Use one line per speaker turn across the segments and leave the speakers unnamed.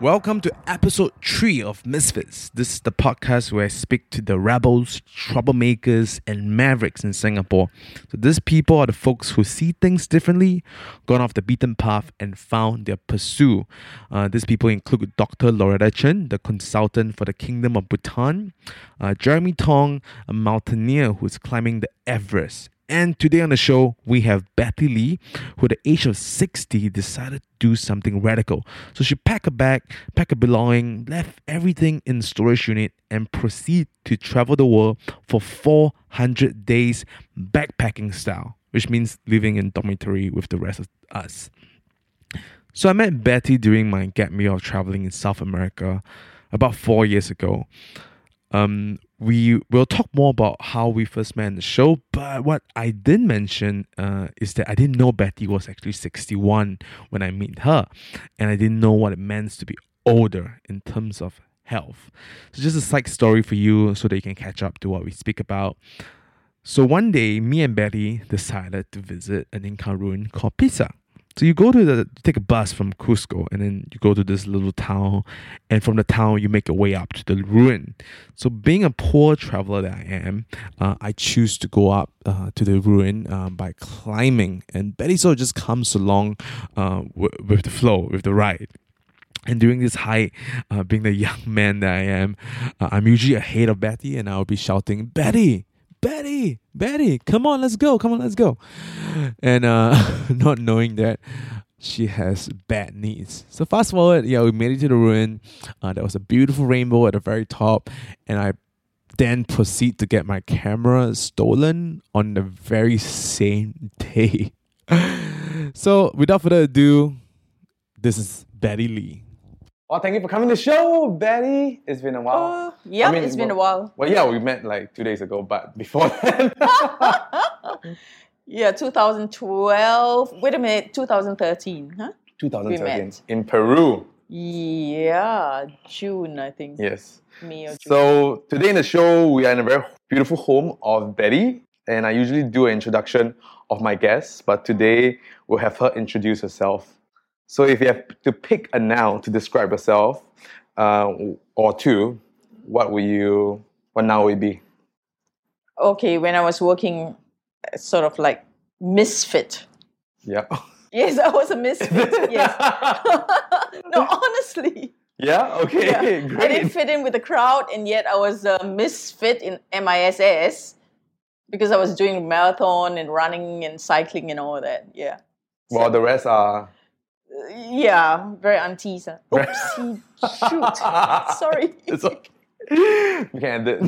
Welcome to episode 3 of Misfits. This is the podcast where I speak to the rebels, troublemakers, and mavericks in Singapore. So, these people are the folks who see things differently, gone off the beaten path, and found their pursuit. Uh, these people include Dr. Loretta Chen, the consultant for the Kingdom of Bhutan, uh, Jeremy Tong, a mountaineer who's climbing the Everest, and today on the show, we have Betty Lee, who at the age of 60 decided to do something radical. So she packed a bag, packed a belonging, left everything in the storage unit, and proceeded to travel the world for 400 days backpacking style, which means living in dormitory with the rest of us. So I met Betty during my gap year of traveling in South America about four years ago. Um, we will talk more about how we first met in the show, but what I did mention uh, is that I didn't know Betty was actually 61 when I met her, and I didn't know what it meant to be older in terms of health. So, just a side story for you so that you can catch up to what we speak about. So, one day, me and Betty decided to visit an Inca ruin called Pisa. So you go to the you take a bus from Cusco and then you go to this little town and from the town you make your way up to the ruin. So being a poor traveler that I am, uh, I choose to go up uh, to the ruin uh, by climbing and Betty sort of just comes along uh, w- with the flow, with the ride. And during this hike, uh, being the young man that I am, uh, I'm usually ahead of Betty and I'll be shouting, Betty, Betty, Betty, come on, let's go, come on, let's go. And uh, not knowing that she has bad knees. So fast forward, yeah, we made it to the ruin. Uh, there was a beautiful rainbow at the very top, and I then proceed to get my camera stolen on the very same day. so without further ado, this is Betty Lee.
Well, thank you for coming to the show, Betty. It's been a while.
Yep,
Oh, I mean,
Uh, it's been a
well-
while.
Well, yeah, we met like two days ago, but before that,
Yeah, 2012. Wait a minute, 2013, huh?
2013
met.
in Peru.
Yeah, June, I think.
Yes.
Me or June.
So today in the show, we are in a very beautiful home of Betty, and I usually do an introduction of my guests, but today we'll have her introduce herself. So if you have to pick a noun to describe yourself, uh, or two, what will you? What noun will it be?
okay, when I was working, uh, sort of like misfit.
Yeah.
Yes, I was a misfit. yes. no, honestly.
Yeah. Okay.
Yeah.
Great.
I didn't fit in with the crowd, and yet I was a misfit in MISS because I was doing marathon and running and cycling and all that. Yeah. Uh,
While the rest are.
Yeah, very aunties. Huh? Oopsie, shoot. Sorry.
It's okay. We can end it.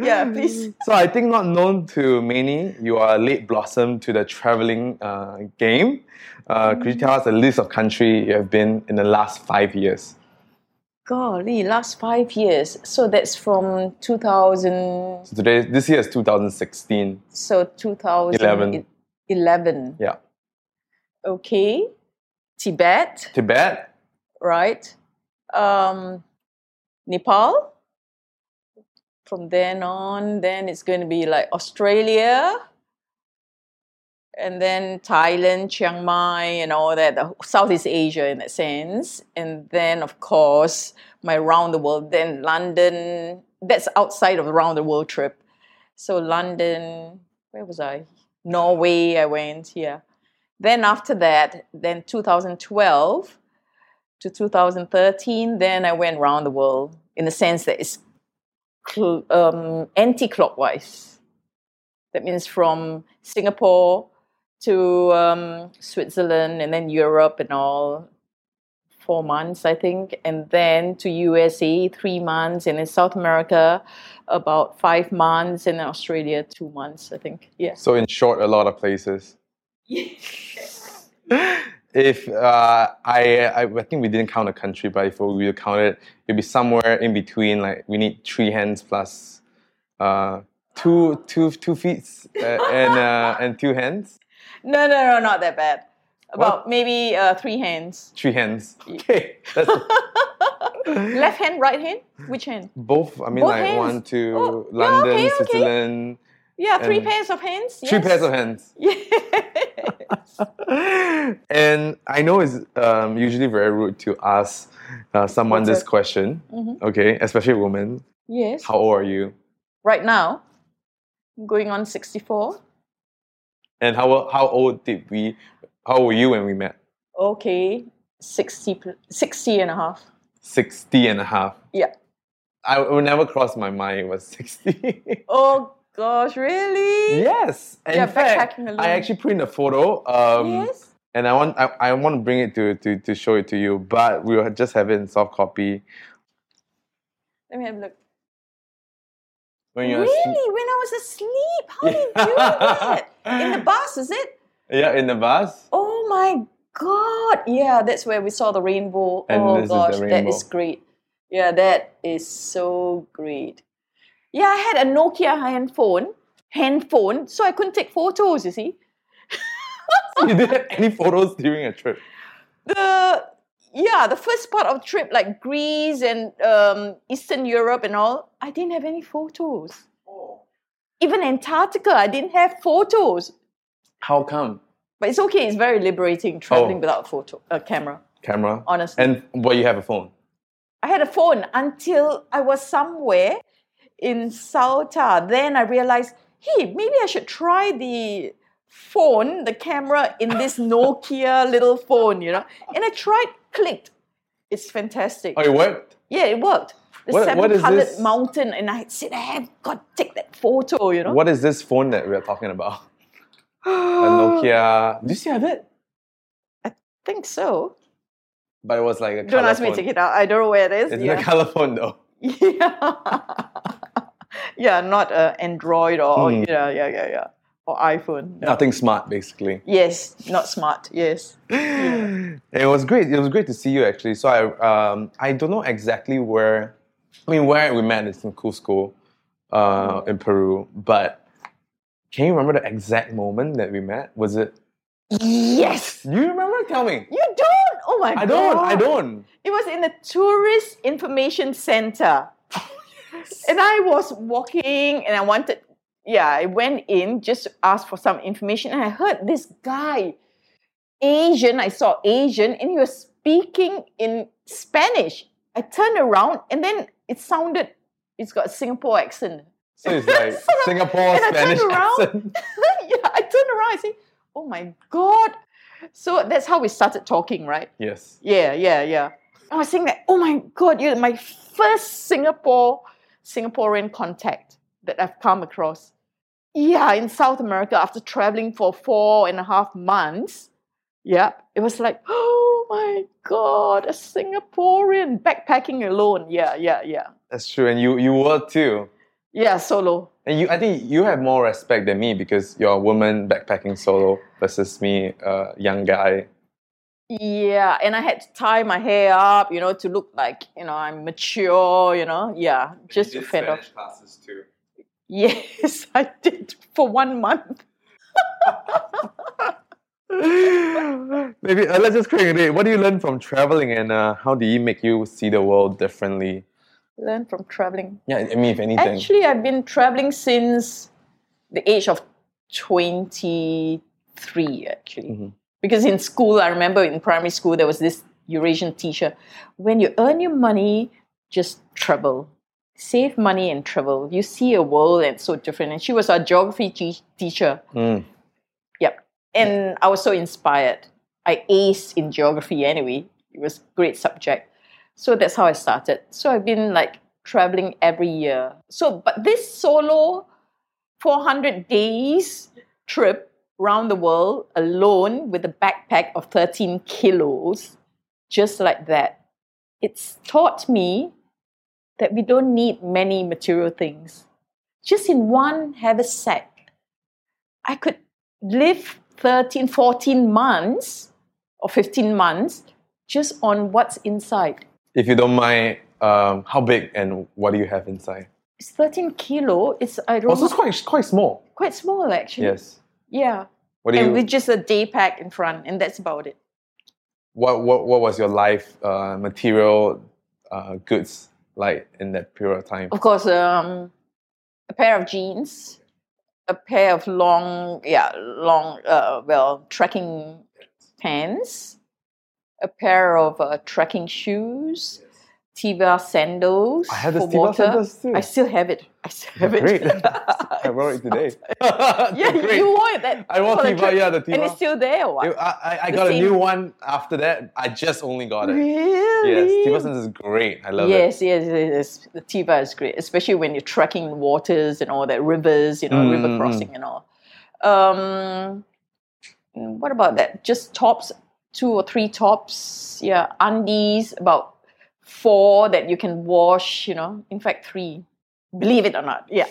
yeah, please.
so I think not known to many, you are a late blossom to the traveling uh, game. Uh, Could you tell us a list of country you have been in the last five years?
Golly, last five years. So that's from 2000.
So today, this year is 2016.
So e-, 2011.
Yeah,
Okay. Tibet,
Tibet,
right? Um, Nepal. From then on, then it's going to be like Australia. And then Thailand, Chiang Mai, and all that, the Southeast Asia in that sense. And then, of course, my round the world, then London. That's outside of the round the world trip. So, London, where was I? Norway, I went, yeah. Then, after that, then 2012 to 2013, then I went round the world in the sense that it's cl- um, anti clockwise. That means from Singapore to um, Switzerland and then Europe and all four months, I think, and then to USA three months, and then South America about five months, and then Australia two months, I think. Yes.
so in short, a lot of places. If uh, I, I, I think we didn't count a country, but if we were to count it, it'd be somewhere in between. Like we need three hands plus uh, two, two, two feet uh, and uh, and two hands,
no, no, no, not that bad. About maybe uh, three hands.
three hands. Okay, that's
Left hand, right hand? Which hand?
both. I mean,
Both
like
hands.
one to
Oh, yeah,
London,
okay, okay.
Switzerland,
Yeah, three
And-
pairs of hands.
Three
yes.
pairs of hands. and I know it's um, usually very rude to ask uh, someone
What's
this
it?
question,
Mhm.
okay, especially women.
yes.
How old are you?
Right now, going on 64.
And how how old did we? How were you when we met?
Okay, 60, pl- 60 and a half.
60 and a half.
Yeah.
I it would never cross my mind it was 60.
Oh gosh, really?
yes. In
Yeah,
fact,
backpacking alone.
I actually print a photo. Um,
yes.
and I want I, I want to bring it to, to to show it to you, but we'll just have it in soft copy.
Let me have a look.
When
Really?
you're
When
asleep-
I was asleep? How did you do that? In the bus, is it?
Yeah, in the bus.
Oh my god. Yeah, that's where we saw the rainbow.
And
oh
this is the
gosh, that
rainbow.
is great. Yeah, that is so great. Yeah, I had a Nokia handphone, handphone, so I couldn't take photos, you see.
you didn't have any photos during a trip.
the yeah the first part of trip like greece and um, eastern europe and all i didn't have any photos
Oh.
even antarctica i didn't have photos
How come?
but it's okay it's very liberating traveling
Oh.
without photo a camera
Camera.
honestly
And well, you have a phone.
i had a phone until i was somewhere in salta then i realized hey maybe i should try the phone the camera in this nokia little phone you know and i tried clicked it's fantastic
Oh, it worked.
Yeah, it worked. The
What- what is
seven coloured
this?
mountain, and I said, I have got to take that photo, you know.
What is this phone that we're talking about? a
Uh,
Nokia. Do you still have it?
I think so.
But it was like a
Don't
colour
ask me
phone.
to take it out. I don't know where it is.
It's
Yeah.
a color phone though.
yeah. yeah, not uh, Android or,
Hmm.
yeah, yeah, yeah, yeah. Or iPhone. no.
Nothing smart, basically.
Yes, not smart. Yes.
It was great. It was great to see you actually. So I, um, I don't know exactly where. I mean, where we met is in Cusco, uh, in Peru. But can you remember the exact moment that we met? Was it?
Yes.
Do you remember? Tell me.
You don't? Oh my
I
god.
don't. I don't.
It was in the tourist information center. And I was walking and I wanted, yeah, I went in just to ask for some information and I heard this guy, Asian, I saw Asian, and he was speaking in Spanish. I turned around and then it sounded, it's got a Singapore accent.
So it's like
So-
Singapore
and I
Spanish
turned around.
accent.
yeah, I turned around, I said, oh my God. So that's how we started talking, right?
Yes.
Yeah, yeah, yeah. I was saying that, oh my god, you're my first Singapore Singaporean contact that I've come across. Yeah, in South America after traveling for four and a half months. Yeah, it was like, oh my god, a Singaporean backpacking alone. Yeah, yeah, yeah.
That's true. And you, you were too.
Yeah, solo.
And you, I think you have more respect than me because you're a woman backpacking solo versus me, uh, young guy.
Yeah, and I had to tie my hair up, you know, to look like, you know, I'm mature, you know. Yeah, just to fend off.
classes too.
Yes, I did for one month.
Maybe uh, let's just create it. What do you learn from traveling, and uh, how do you make you see the world differently?
Learn from traveling.
Yeah, I mean, if anything,
Actually, I've been traveling since the age of 23, actually.
Mhm.
Because in school, I remember in primary school, there was this Eurasian teacher. When you earn your money, just travel. Save money and travel. You see a world that's so different. And she was our geography te- teacher.
Mm.
Yep. And I was so inspired. I aced in geography anyway. It was a great subject. So that's how I started. So I've been like traveling every year. So but this solo 400 days trip around the world alone with a backpack of 13 kilos just like that. It's taught me that we don't need many material things. Just in one haversack, I could live 13, 14 months or 15 months just on what's inside.
if you don't mind, um, how big and what do you have inside?
It's 13 kilo. It's I don't
Also, it's
know,
quite quite small.
quite small actually.
Yes.
Yeah.
What do
And
you?
with just a day pack in front, and that's about it.
what what what was your life uh, material uh, goods
Oh,
like in that period of time?
Of course, um, a pair of jeans, a pair of long, yeah, long, uh, well, trekking pants, a pair of uh, trekking shoes, Tiva sandals.
I have the
for
Steve
water.
Sanders too.
I still have it. I still have it.
Great. I wore it today.
yeah,
Great.
you wore it. That,
I wore
for the
Teva,
trip.
yeah, the
And
Teva.
it's still there or what?
I, I, I
The
got a
same-
new one after that. I just only got it. Yes,
really?
Steve Sanders is great. I love it.
Yes, yes, yes, yes. The Tiva is great, especially when you're trekking waters and all that, rivers, you know,
Mm, mm,
river
mm.
crossing and all. Um, what about that? Just tops, two or three tops. Yeah, undies, about four that you can wash, you know. In fact, three. Believe it or not, yeah.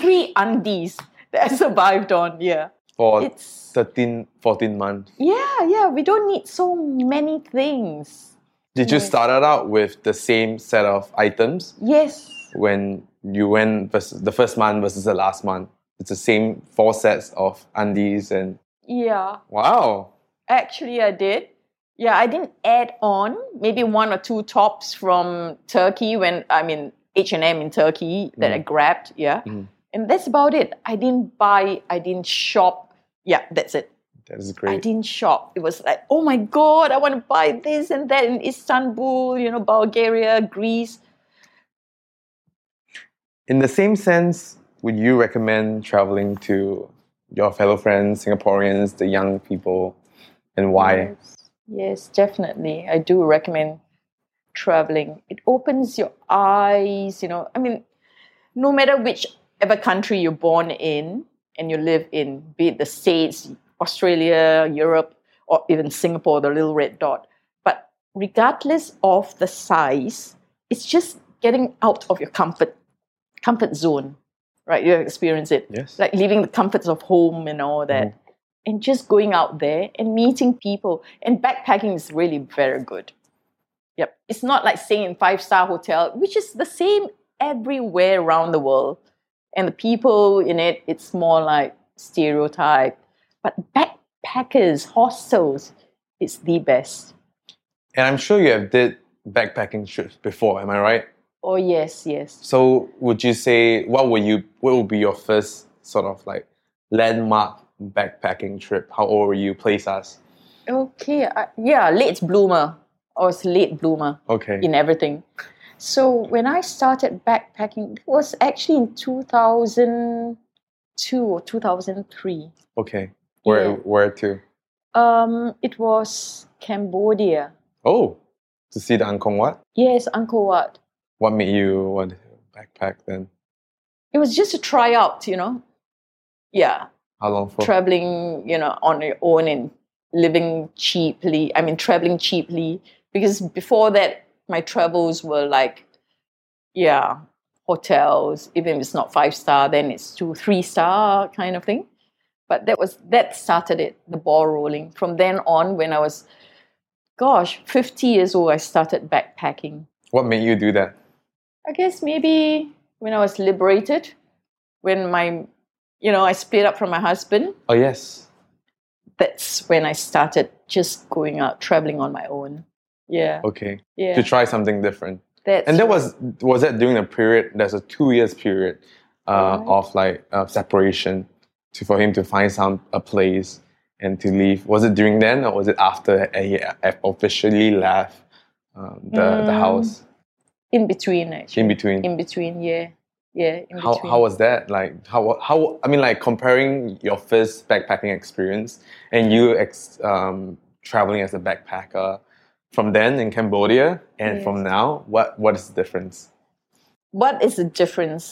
Three undies that I survived on, yeah.
For
It's,
13, 14 months.
yeah, yeah, we don't need so many things.
Did you
Yes.
start it out with the same set of items
Yes.
when you went versus the first month versus the last month? It's the same four sets of undies and
Yeah.
wow.
Actually, I did. Yeah, I didn't add on maybe one or two tops from Turkey when I mean H and M in Turkey that I grabbed. Yeah,
Mm.
and that's about it. I didn't buy. I didn't shop. Yeah, that's it.
That is
I
great.
didn't shop. It was like, oh my god, I want to buy this and that in Istanbul, you know, Bulgaria, Greece.
In the same sense, would you recommend traveling to your fellow friends, Singaporeans, the young people, and why?
Yes, yes, definitely. I do recommend traveling. It opens your eyes, you know. I mean, no matter whichever country you're born in and you live in, be it the States, Australia, Europe, or even Singapore, the little red dot. But regardless of the size, it's just getting out of your comfort comfort zone. Right? You experience it
Yes.
like leaving the comforts of home and all that and just going out there and meeting people and backpacking is really very good yep it's not like staying in five star hotel which is the same everywhere around the world and the people in it it's more like stereotype but backpackers hostels it's the best
And I'm sure you have did backpacking trips before, am I right?
oh yes yes
So would you say what would you what would be your first sort of like landmark backpacking trip? How old were you? Place us.
okay I, yeah late bloomer or it's late bloomer
Okay.
in everything. So when I started backpacking, it was actually in 2002 or 2003.
Okay. Where
Yeah.
where to?
Um, it was Cambodia.
Oh, to see the Angkor Wat.
Yes, Angkor Wat.
What made you want to backpack then?
It was just a tryout, you know. Yeah,
How long for?
traveling, you know, on your own and living cheaply. I mean, traveling cheaply because before that, my travels were like, yeah, hotels. Even if it's not five star, then it's two, three star kind of thing. But that was that started it, the ball rolling. From then on, when I was, gosh, fifty years old, I started backpacking.
what made you do that?
I guess maybe when I was liberated, when my, you know, I split up from my husband
Oh yes.
that's when I started just going out traveling on my own. Yeah,
Okay.
yeah.
To try something different.
That's
Oh, And that was was that during a period? There's a two years period uh,
Right.
of like uh, separation to for him to find some a place and to leave. Was it during then or was it after he officially left um, the the
Mm.
house?
in between actually.
In between,
In between, yeah, yeah. In
how
between.
how was that? Like how how I mean like comparing your first backpacking experience and you ex, um, traveling as a backpacker from then in Cambodia and from
Yes.
now, what what is the difference?
what is the difference?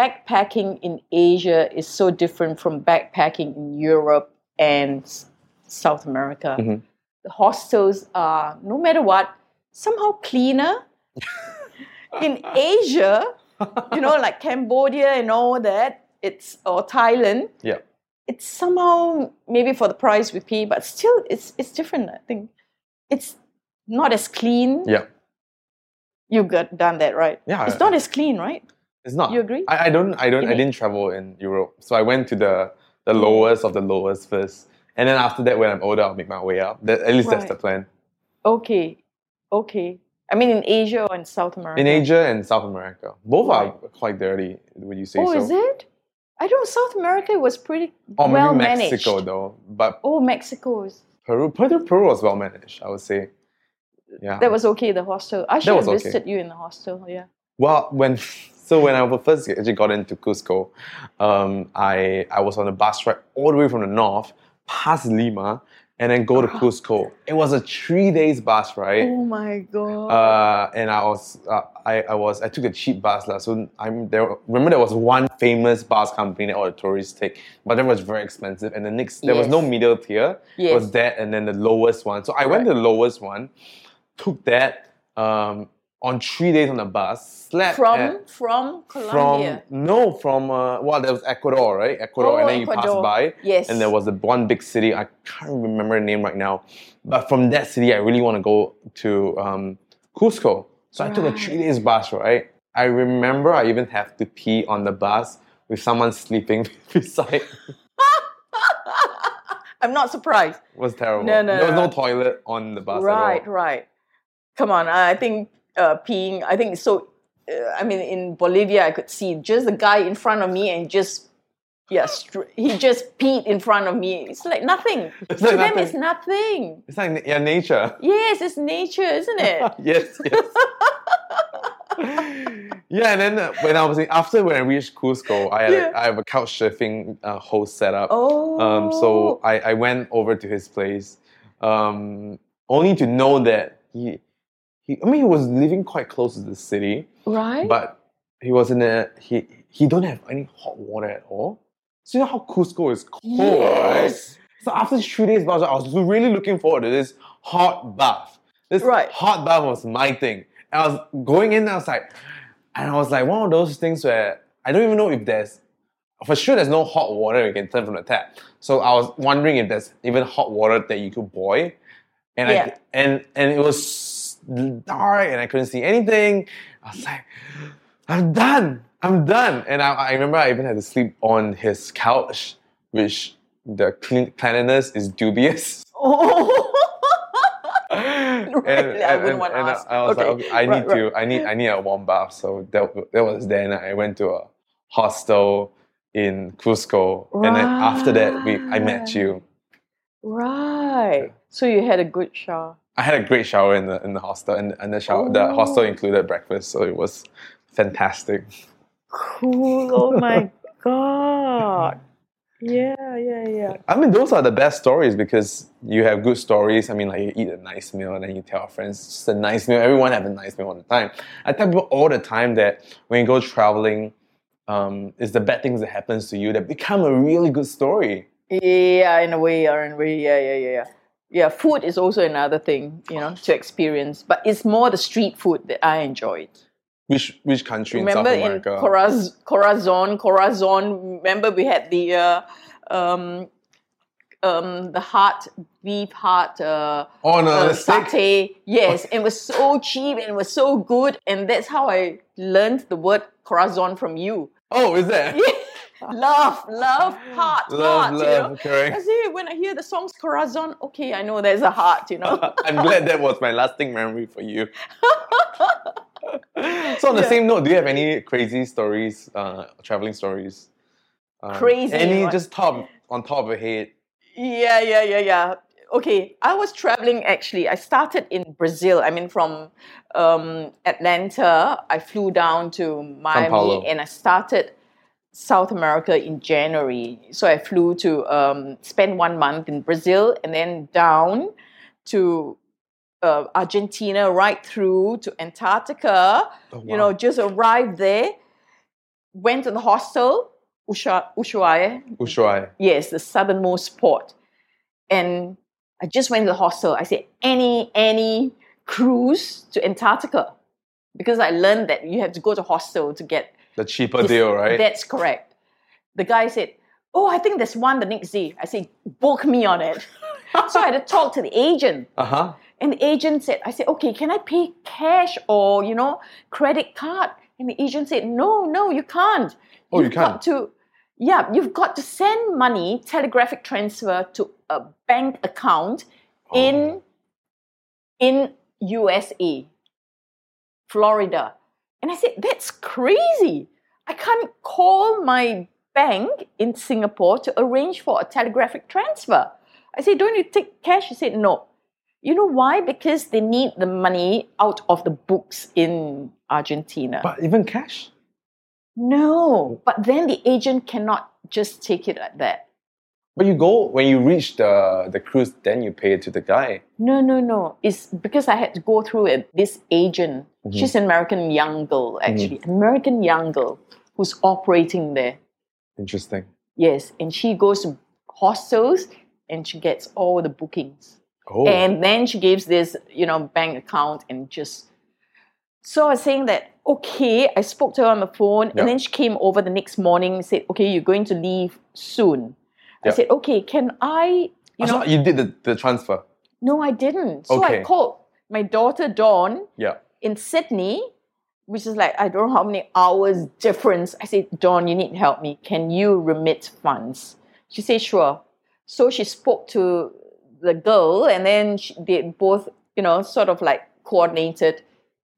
Backpacking in Asia is so different from backpacking in Europe and S- South America.
Mhm.
The hostels are, no matter what, somehow cleaner. in Asia, you know, like Cambodia and all that, it's or Thailand.
Yeah.
It's somehow maybe for the price we pay, but still, it's it's different. I think it's not as clean.
Yeah.
You got done that right.
Yeah,
It's
I- Ah,
not as clean, right?
It's not.
You agree?
I, I don't. I don't.
You
I
mean-
didn't travel in Europe, so I went to the the lowest of the lowest first, and then after that, when I'm older, I'll make my way up. That, at least that's
Right.
the plan.
Okay, okay. I mean, in Asia or in South America.
In Asia and South America, both are
Right.
quite dirty. Would you say
Oh,
so?
is it? I don't know. South America was pretty
Or maybe
well managed.
Mexico though, but
Oh, Mexico. is-
Peru, Peru, Peru was well managed. I would say. Yeah.
That was okay, the hostel. I should
Uh-huh. was
have
okay.
visited you in the hostel, yeah.
Well, when so when I was first actually got into Cusco, um, I I was on a bus ride all the way from the north past Lima and then
Ah.
go to Cusco. It was a three days bus ride.
Oh my god.
Uh, and I was, uh, I, I was, I took a cheap bus lah. So I'm there. Remember, there was one famous bus company that all the tourists take, but that was very expensive. And the next, there was no
Yes.
middle tier. It was
Yes.
that, and then the lowest one. So I went to the lowest one, took that um, on three days on the bus. Slept
from
at-
from
eh, from
Colombia.
no from uh, well there was Ecuador right Ecuador
Oh,
and then you
Ecuador.
pass by
Yes.
and there was the one big city I can't remember the name right now but from that city I really want to go to um, Cusco so I took a
Right.
three days bus right I remember I even have to pee on the bus with someone sleeping beside it
I'm not surprised.
was terrible
No, no,
there was
no.
no toilet on the bus
Right,
at all.
right. Come on, I think uh, peeing. I think so. Uh, I mean, in Bolivia, I could see just the guy in front of me and just yeah, str- he just peed in front of me. It's like nothing
It's
to
like
them.
nothing.
It's nothing.
it's like na- yeah nature
Yes, it's nature, isn't it?
yes, yes. yeah, and then uh, when I was in, after when I reached Cusco, I had
Yeah.
a, I have a couch surfing uh, host set up.
Oh,
Um, so I, I went over to his place, um, only to know that he, he, I mean, he was living quite close to the city,
Oh, right.
but he was in a he he don't have any hot water at all. So you know how Cusco is cold, right?
yes.
So after three days bath, I was really looking forward to this hot bath. This
Right.
hot bath was my thing. And I was going in, I was like, and I was like one of those things where I don't even know if there's for sure there's no hot water you can turn from the tap. So I was wondering if there's even hot water that you could boil. And
Yeah.
I and and it was dark and I couldn't see anything. I was like, I'm done. I'm done. And I, I remember I even had to sleep on his couch, which the clean, cleanliness is dubious.
Oh.
and,
I wouldn't wanna
and I-
ask.
I, was like,
Okay.
okay, I
Right,
need to, I need, I need a warm bath. So that, that was then. I went to a hostel in Cusco, and then after that, we, I met you.
right. So you had a good shower.
I had a great shower in the in the hostel, and, and the shower, the
Oh.
hostel included breakfast, so it was fantastic.
Cool. Oh my god. Yeah, yeah, yeah.
I mean, those are the best stories because you have good stories. I mean, like you eat a nice meal and then you tell your friends, it's just a nice meal. Everyone have a nice meal all the time. I tell people all the time that when you go traveling, um, it's the bad things that happens to you that become a really good story.
Yeah, in a way, or in a way, yeah, yeah, yeah, yeah. Yeah, food is also another thing, you know, to experience. But it's more the street food that I enjoyed.
Which which country
Remember
in South
in
America?
Coraz- Corazon, Corazon, remember we had the uh, um, um, the heart, beef heart uh,
oh no,
uh,
the steak.
satay. Yes, it was so cheap and it was so good. And that's how I learned the word Corazon from you.
Oh, is that?
love, love, heart,
Love,
heart, you
love,
know. I
correct.
say when I hear the songs Corazon, okay, I know there's a heart, you know.
I'm glad that was my lasting memory for you. so on the
Yeah.
same note, do you have any crazy stories, uh, traveling stories? Um,
Crazy
Any
one.
just top on top of your head?
yeah, yeah, yeah, yeah. Okay, I was traveling actually. I started in Brazil. I mean, from um, Atlanta, I flew down to
Paulo.
Miami and I started South America in January. So I flew to um, spend one month in Brazil and then down to uh, Argentina, right through to Antarctica.
Oh,
you
wow.
know, just arrived there, went to the hostel, Usha, Ushuaia,
Ushuaia.
yes, the southernmost port. And I just went to the hostel. I said, any, any cruise to Antarctica. Because I learned that you have to go to hostel to get
the cheaper
this-
deal, right?
That's correct. The guy said, Oh, I think there's one the next day. I said, book me on it. so I had to talk to the agent.
uh huh.
And the agent said, I said, okay, can I pay cash or, you know, credit card? And the agent said, no, no, you can't.
Oh, you
You've got to, yeah, you've got to send money, telegraphic transfer to a bank account
Oh.
in, in USA, Florida. And I said, that's crazy. I can't call my bank in Singapore to arrange for a telegraphic transfer. I said, Don't you take cash? He said, No. You know why? Because they need the money out of the books in Argentina.
But even cash?
no, but then the agent cannot just take it like that.
But you go when you reach the the cruise, then you pay it to the guy.
No, no, no. It's because I had to go through it. This agent,
Mhm.
she's an American young girl, actually, American young girl who's operating there.
Interesting.
Yes, and she goes to hostels and she gets all the bookings.
Oh,
And then she gives this, you know, bank account and just. So I was saying that, okay, I spoke to her on the phone
Yeah.
and then she came over the next morning and said, okay, you're going to leave soon.
Yeah.
I said, okay, can I,
you,
you know,
you did the, the transfer.
no, I didn't. So I
Okay.
called my daughter Dawn
Yeah.
in Sydney, which is like I don't know how many hours difference. I said, Dawn, you need to help me. Can you remit funds? She said, sure. So she spoke to the girl, and then she, they both, you know, sort of like coordinated.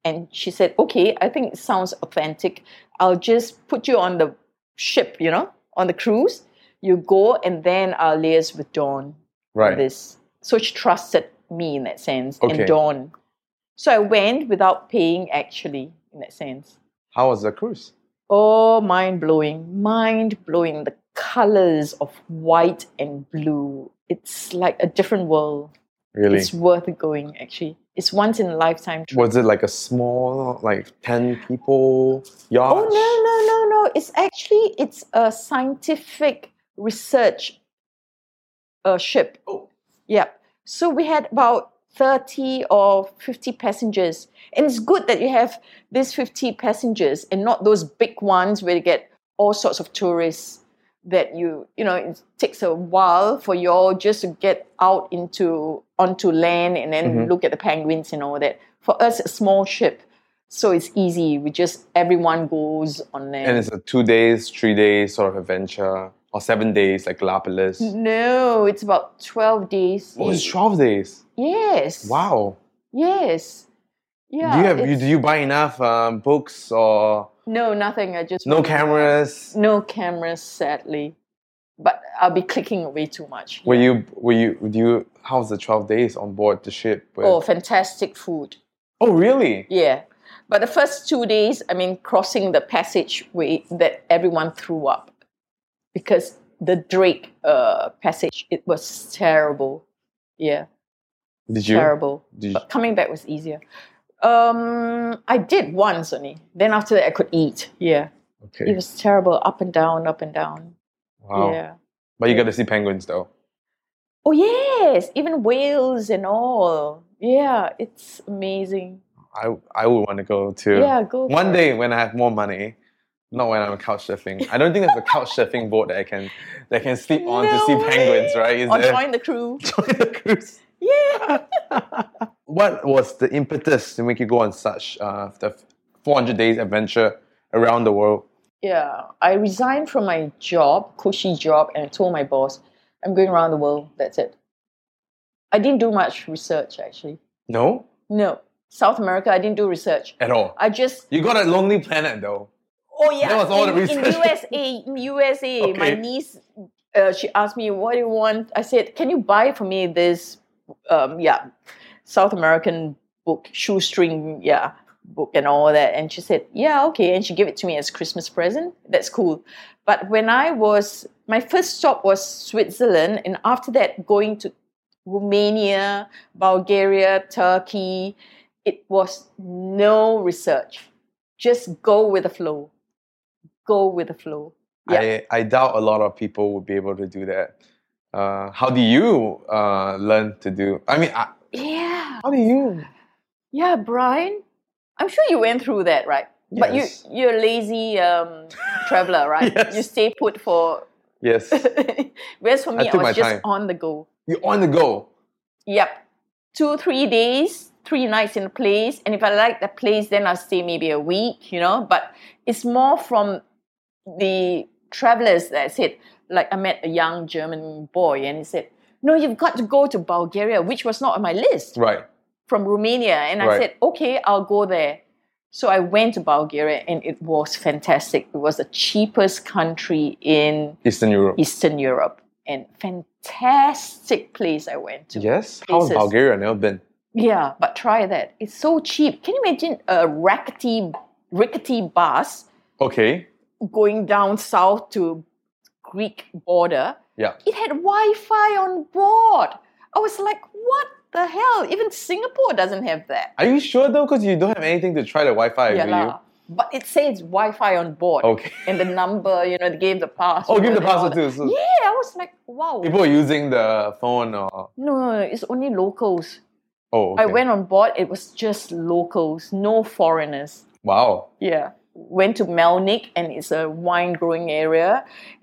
And she said, okay, I think it sounds authentic. I'll just put you on the ship, you know, on the cruise. You go, and then I'll liaise with Dawn
Right.
this. So she trusted me in that sense
Okay.
and Dawn. So I went without paying actually in that sense.
How was the cruise?
Oh, mind blowing, mind blowing. The colors of white and blue. It's like a different world.
Really?
It's worth going actually. It's once in a lifetime trip.
was it like a small, like ten people yacht?
Oh no, no, no, no. It's actually it's a scientific research uh, ship.
Oh.
Yep. So we had about 30 or 50 passengers. And it's good that you have these 50 passengers and not those big ones where you get all sorts of tourists that you you know it takes a while for you all just to get out into onto land and then
Mhm.
look at the penguins and all that for us a small ship so it's easy we just everyone goes on land
And it's a two days, three days sort of adventure, or seven days like Galapagos.
Mm-hmm. no it's about 12 days
Oh, it's twelve days.
yes
Wow.
yes yeah
do you have you,
it's-
do you buy enough um, books or
No, nothing. I just
no cameras?
No cameras, sadly. But I'll be clicking away too much.
Were you were you do you how's the twelve days on board the ship? with-
Oh, fantastic food.
Oh, really?
Yeah. But the first two days, I mean, crossing the passageway that everyone threw up because the Drake uh, passage, it was terrible. Yeah,
Did you?
terrible.
Did you
But coming back was easier. Um, I did once only. Then after that, I could eat. Yeah. It
okay.
was terrible. Up and down, up and down.
Wow.
Yeah.
But you got to see penguins though.
Oh yes, even whales and all. Yeah, it's amazing.
I I would want to go too.
Yeah, go. for
One
it.
day when I have more money, not when I'm couch surfing. I don't think there's a couch surfing boat that I can that I can sleep on to
No
see
way.
penguins, right? Is
or
there?
join the crew.
Join the cruise.
Yeah.
What was the impetus to make you go on such uh, the 400 days adventure around the world?
Yeah. I resigned from my job, cushy job, and I told my boss, I'm going around the world. That's it. I didn't do much research actually.
No,
No. South America, I didn't do research.
at all.
I just
You got a lonely planet though.
Oh yeah,
That was all
in,
the
in
research.
USA, in USA, my
Okay.
niece, uh, she asked me, "What do you want?" I said, "Can you buy for me this, um, yeah, South American book, shoestring, yeah, book, and all that?" And she said, "Yeah, okay." And she gave it to me as Christmas present. That's cool. But when I was, my first stop was Switzerland, and after that, going to Romania, Bulgaria, Turkey. It was no research. Just go with the flow. Go with the flow. Yeah.
I, I doubt a lot of people would be able to do that. Uh, how do you uh, learn to do? I mean, I,
Yeah.
how do you?
Yeah, Brian. I'm sure you went through that, right? But you
Yes.
you're a lazy um, traveler, right?
Yes.
You stay put for
Yes,
whereas for me I,
took my
was just
time.
on the go.
you're on the go.
Yep. Two, three days, three nights in a place. And if I like the place, then I'll stay maybe a week, you know. But it's more from the travelers that said, like I met a young German boy and he said, No, you've got to go to Bulgaria, which was not on my list
Right.
from Romania. And I
Right.
said, Okay, I'll go there. So I went to Bulgaria and it was fantastic. It was the cheapest country in
Eastern Europe.
Eastern Europe and fantastic place I went to.
Yes? How's
places.
Bulgaria? I've never been.
Yeah, but try that. It's so cheap. Can you imagine a rackety, rickety bus
Okay.
going down south to Greek border?
Yeah.
It had Wi-Fi on board. I was like, what the hell? Even Singapore doesn't have that.
Are you sure though? Because you don't have anything to try the Wi Fi,
yeah,
do
lah. But it says Wi-Fi on board.
you? Okay.
And the number, you know, they gave the password.
Oh, give the
and all
password
that.
too. So
Yeah, I was like, wow.
people are using the phone or.
No, no, no, it's only locals.
Oh, okay.
I went on board, it was just locals, no foreigners.
Wow.
Yeah. Went to Melnik and it's a wine growing area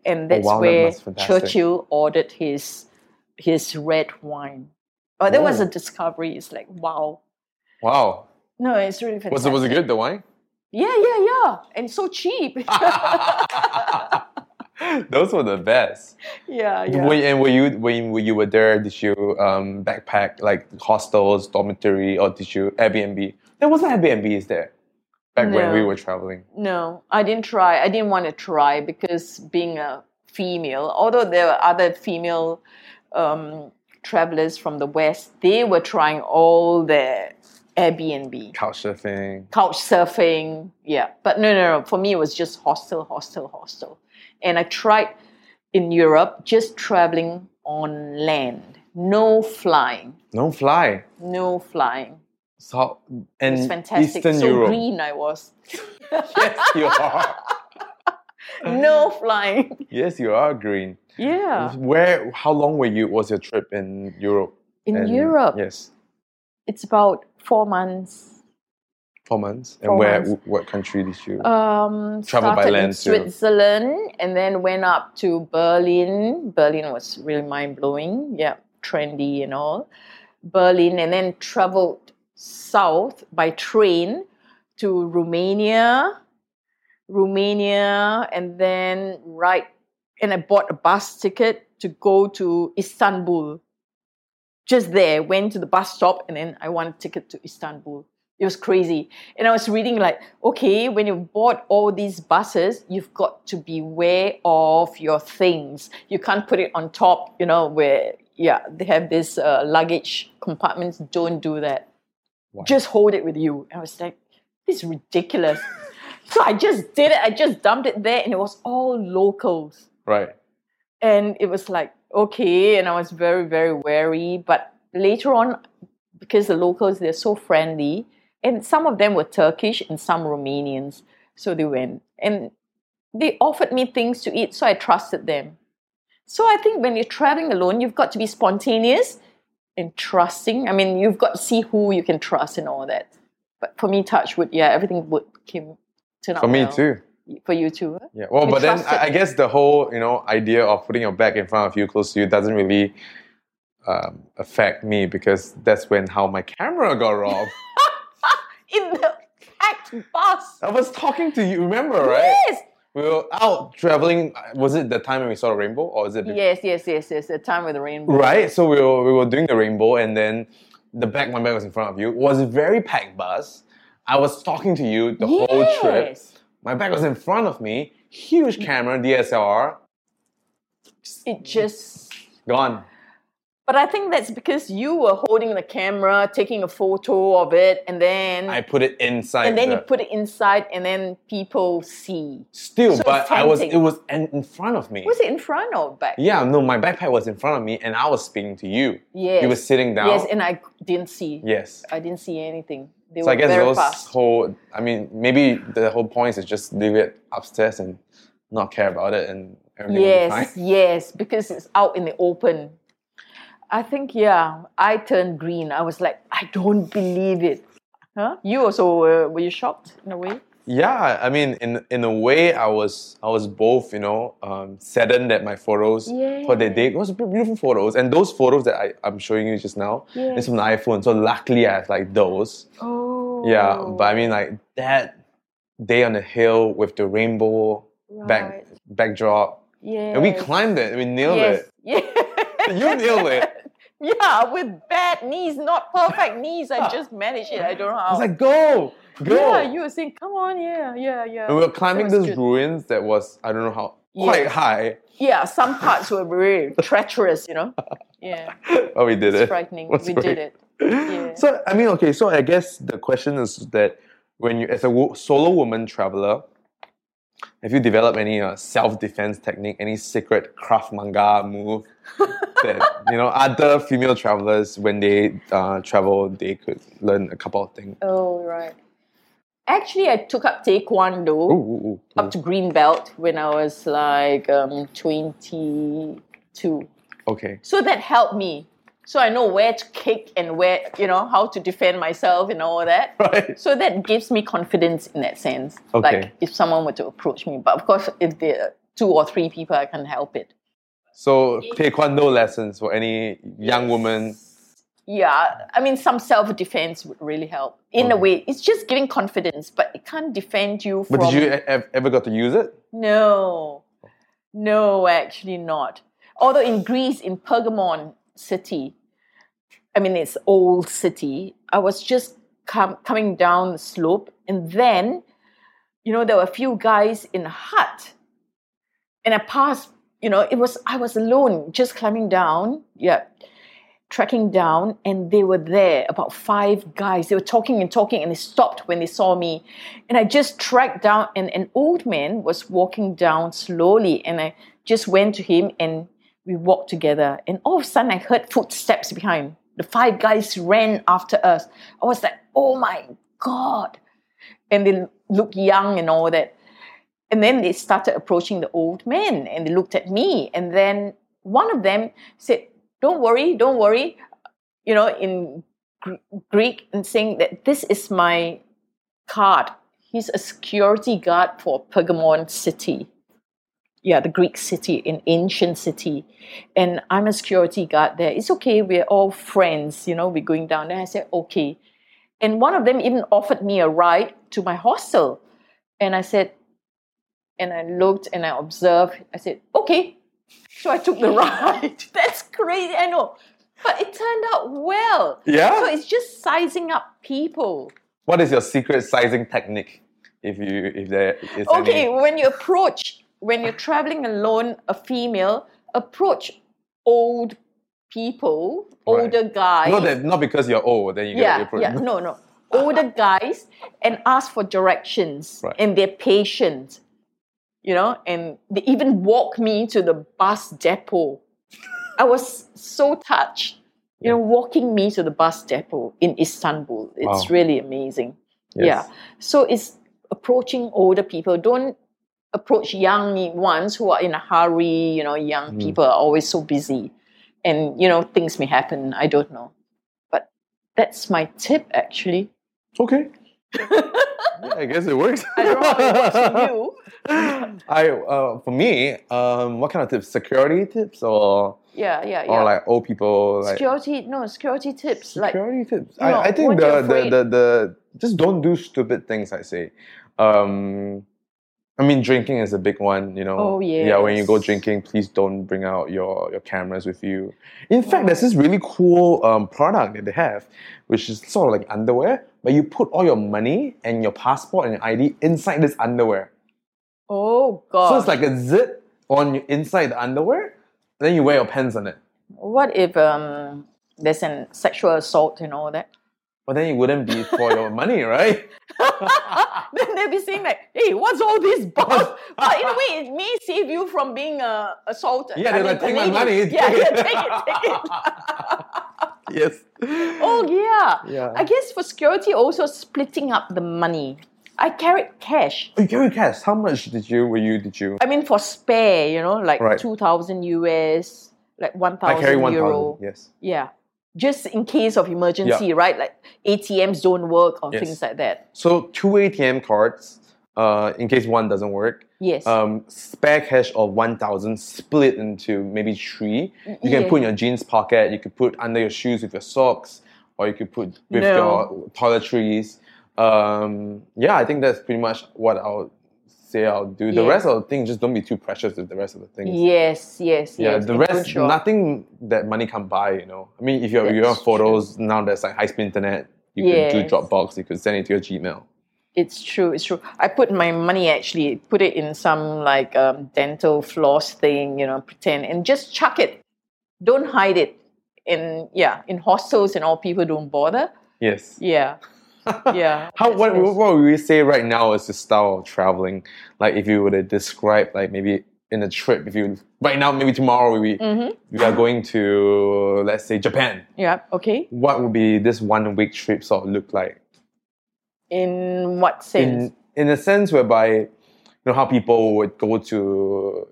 and that's
Oh, wow, that
where
must be fantastic.
Churchill ordered his his red wine. Oh, that was
Whoa.
a discovery. It's like wow.
Wow.
No, it's really fantastic.
Was it, was it good, the wine?
Yeah, yeah, yeah. And so cheap.
Those were the best.
yeah, yeah.
When, and were you when you were there? Did you um, backpack like hostels, dormitory, or did you Airbnb? There wasn't Airbnbs there back when
No.
we were traveling.
No, I didn't try. I didn't want to try because being a female, although there were other female um, travelers from the West, they were trying all their Airbnb,
Couch surfing.
couch surfing. Yeah. But no, no, no. For me, it was just hostel, hostel, hostel. And I tried in Europe just traveling on land, no flying,
No fly.
no flying.
So and
It's fantastic.
Eastern
so
Europe.
green I was.
Yes, you are.
No flying.
Yes, you are green.
Yeah.
Where? How long were you? Was your trip in Europe?
In
And-
Europe.
Yes,
it's about four months.
four months.
Four
and where?
months.
What country did you?
Um,
Travel by
started
land
in
too.
Switzerland and then went up to Berlin. Berlin was really mind blowing. Yeah, trendy and all. Berlin and then traveled south by train to Romania, Romania, and then right. And I bought a bus ticket to go to Istanbul. Just there, went to the bus stop, and then I won a ticket to Istanbul. It was crazy. And I was reading like, okay, when you board all these buses, you've got to beware of your things. You can't put it on top, you know, where yeah, they have this uh, luggage compartments. Don't do that.
Why?
Just hold it with you. And I was like, this is ridiculous. so I just did it. I just dumped it there, and it was all locals
right.
and it was like okay and i was very very wary but later on because the locals they're so friendly and some of them were turkish and some romanians so they went and they offered me things to eat so i trusted them so i think when you're traveling alone you've got to be spontaneous and trusting i mean you've got to see who you can trust and all that but for me touch wood yeah everything would came turn out
For me
well.
too.
for you too huh?
Yeah. Well,
You
but then
trust it.
I, I guess the whole you know idea of putting your back in front of you, close to you, doesn't really um, affect me because that's when how my camera got robbed.
in the packed bus
I was talking to you. Remember, right?
yes
We were out traveling. uh, Was it the time when we saw the rainbow, or is it? before?
Yes, yes, yes, yes. The time with the rainbow.
Right. So we were we were doing the rainbow, and then the back my bag was in front of you. It was a very packed bus. I was talking to you the whole trip.
Yes.
My bag was in front of me.
Mm.
Huge camera, DSLR,
It just.
gone.
But I think that's because you were holding the camera, taking a photo of it, and then
I put it inside.
and then
the,
you put it inside, and then people see.
Still,
So
but I was it
tempting.
was in, in front of me.
Was it in front or back?
Yeah, no, my backpack was in front of me, and I was speaking to you.
Yes.
You were sitting down.
Yes, and I didn't see.
yes.
I didn't see anything. They
So
were
I guess
very
those
fast.
whole. I mean, maybe the whole point is just leave it upstairs and not care about it, and everything will be
Yes,
fine.
yes, because it's out in the open. I think yeah, I turned green. I was like, I don't believe it. Huh? You also were, were you shocked in a way?
Yeah, I mean, in in a way, I was I was both, you know, um, saddened that my photos for the day it was beautiful photos, and those photos that I I'm showing you just now is from the iPhone. So luckily, I have like those.
Oh.
Yeah, but I mean, like that day on the hill with the rainbow back backdrop,
Yeah.
and we climbed it. We nailed
yes.
it.
Yeah.
You nailed it.
yeah, with bad knees, not perfect knees. I just managed it. I don't know
I
how.
was like, "Go!" Go.
Yeah, you were saying, come on, yeah, yeah, yeah.
and we were climbing
That was
these
good.
ruins that was I don't know how
Yes.
quite high,
Yeah, some parts were very treacherous, you know? Yeah,
but we did
it's
it.
frightening.
That's
we
great.
did it. Yeah.
So I mean, okay. So I guess the question is that when you, as a wo- solo woman traveler, have you developed any uh, self-defense technique, any secret craft manga move that you know other female travelers when they uh, travel they could learn a couple of things?
Oh, right. Actually, I took up Taekwondo.
Ooh, ooh, ooh,
up to green belt when I was like um, 22.
ooh. Okay.
So that helped me. So I know where to kick and where, you know, how to defend myself and all that.
Right.
So that gives me confidence in that sense.
Okay.
Like if someone were to approach me. But of course, if there are two or three people, I can't help it.
So taekwondo lessons for any young woman.
Yeah, I mean, some self defense would really help. In a
Okay.
way, it's just giving confidence, but it can't defend you from.
But did you e- ev- ever got to use it?
No, no, actually not. Although in Greece, in Pergamon city, I mean, it's old city. I was just com- coming down the slope, and then, you know, there were a few guys in a hut, and I passed. You know, it was I was alone, just climbing down. Yeah. Tracking down, and they were there, about five guys. They were talking and talking, and they stopped when they saw me. And I just tracked down, and an old man was walking down slowly, and I just went to him, and we walked together. And all of a sudden, I heard footsteps behind. The five guys ran after us. I was like, oh my God. And they looked young and all that. And then they started approaching the old man, and they looked at me. And then one of them said, don't worry, don't worry, you know, in Gr- Greek, and saying that this is my card. He's a security guard for Pergamon city. Yeah, the Greek city, an ancient city. And I'm a security guard there. It's okay, we're all friends, you know, we're going down there. I said, okay. And one of them even offered me a ride to my hostel. And I said, and I looked and I observed. I said, okay. So I took the ride. That's crazy, I know. But it turned out well. So
Yeah.
it's just sizing up people.
What is your secret sizing technique? If you if there is
Okay,
any.
when you approach, when you're traveling alone, a female, approach old people,
Right.
older guys.
Not that not because you're old, then you
yeah,
get your
yeah, no, no. Older guys and ask for directions.
Right.
And they're patient, you know, and they even walk me to the bus depot. I was so touched, you know, walking me to the bus depot in Istanbul. It's
Wow.
really amazing.
Yes.
Yeah. So it's approaching older people. Don't approach young ones who are in a hurry. You know, young
Mm.
people are always so busy. And, you know, things may happen. I don't know. But that's my tip, actually.
Okay. yeah, I guess it works.
I don't know how it works for you.
I uh, for me, um, what kind of tips? Security tips or
Yeah, yeah, yeah.
or like old people like
security, no, security tips. Like,
security tips.
you know,
I, I
when
think
you're
the the,
afraid-
the the just don't do stupid things. I say, um, I mean, drinking is a big one. You know.
Oh,
Yeah, when you go
yes.
drinking, please don't bring out your your cameras with you. In fact, there's this really cool um, product that they have, which is sort of like underwear, but you put all your money and your passport and your ID inside this underwear.
oh, God.
So it's like a zip on your- inside the underwear. Then you wear your pants on it.
what if um, there's an sexual assault and all that?
But then it wouldn't be for your money, right?
then they'll be saying like, "Hey, what's all this boss?" but in a way, it may save you from being uh, assaulted.
Yeah,
I
they're
mean,
like, take my
lady-
money.
Yeah, yeah, take it, take it.
yes.
Oh yeah.
Yeah.
I guess for security, also splitting up the money. I carried cash.
You can guess how much did you? Were you? Did you?
I mean, for spare, you know, like
Right.
two thousand US, like one
I carry
thousand
one
euro.
thousand. Yes.
Yeah. Just in case of emergency, right? Like ATMs don't work or
Yes.
things like that.
So two ATM cards, uh, in case one doesn't work.
Yes.
Um, spare cash of one thousand split into maybe three. You can
yeah.
put in your jeans pocket. You could put under your shoes with your socks, or you could put with
No.
your toiletries. Um, yeah, I think that's pretty much what I'll say. I'll do the
Yeah.
rest of the things. Just don't be too precious with the rest of the things.
yes, yes,
Yeah,
yes.
the
and don't
rest,
show up.
nothing that money can buy, you know. I mean, if you're, you
That's
want photos, now there's like high speed internet, you could do
Yes.
Dropbox, you could send it to your Gmail.
It's true. It's true. I put my money actually put it in some like um, dental floss thing, you know, pretend and just chuck it. Don't hide it. In yeah, in hostels and all, people don't bother.
Yes.
Yeah, yeah.
How
It's
what
best.
what would you say right now is the style of traveling? Like if you were to describe like maybe in a trip, if you right now maybe tomorrow we
Mhm.
we are going to let's say Japan.
Yeah. Okay.
What would be this one week trip sort of look like?
In what sense?
In in a sense whereby you know how people would go to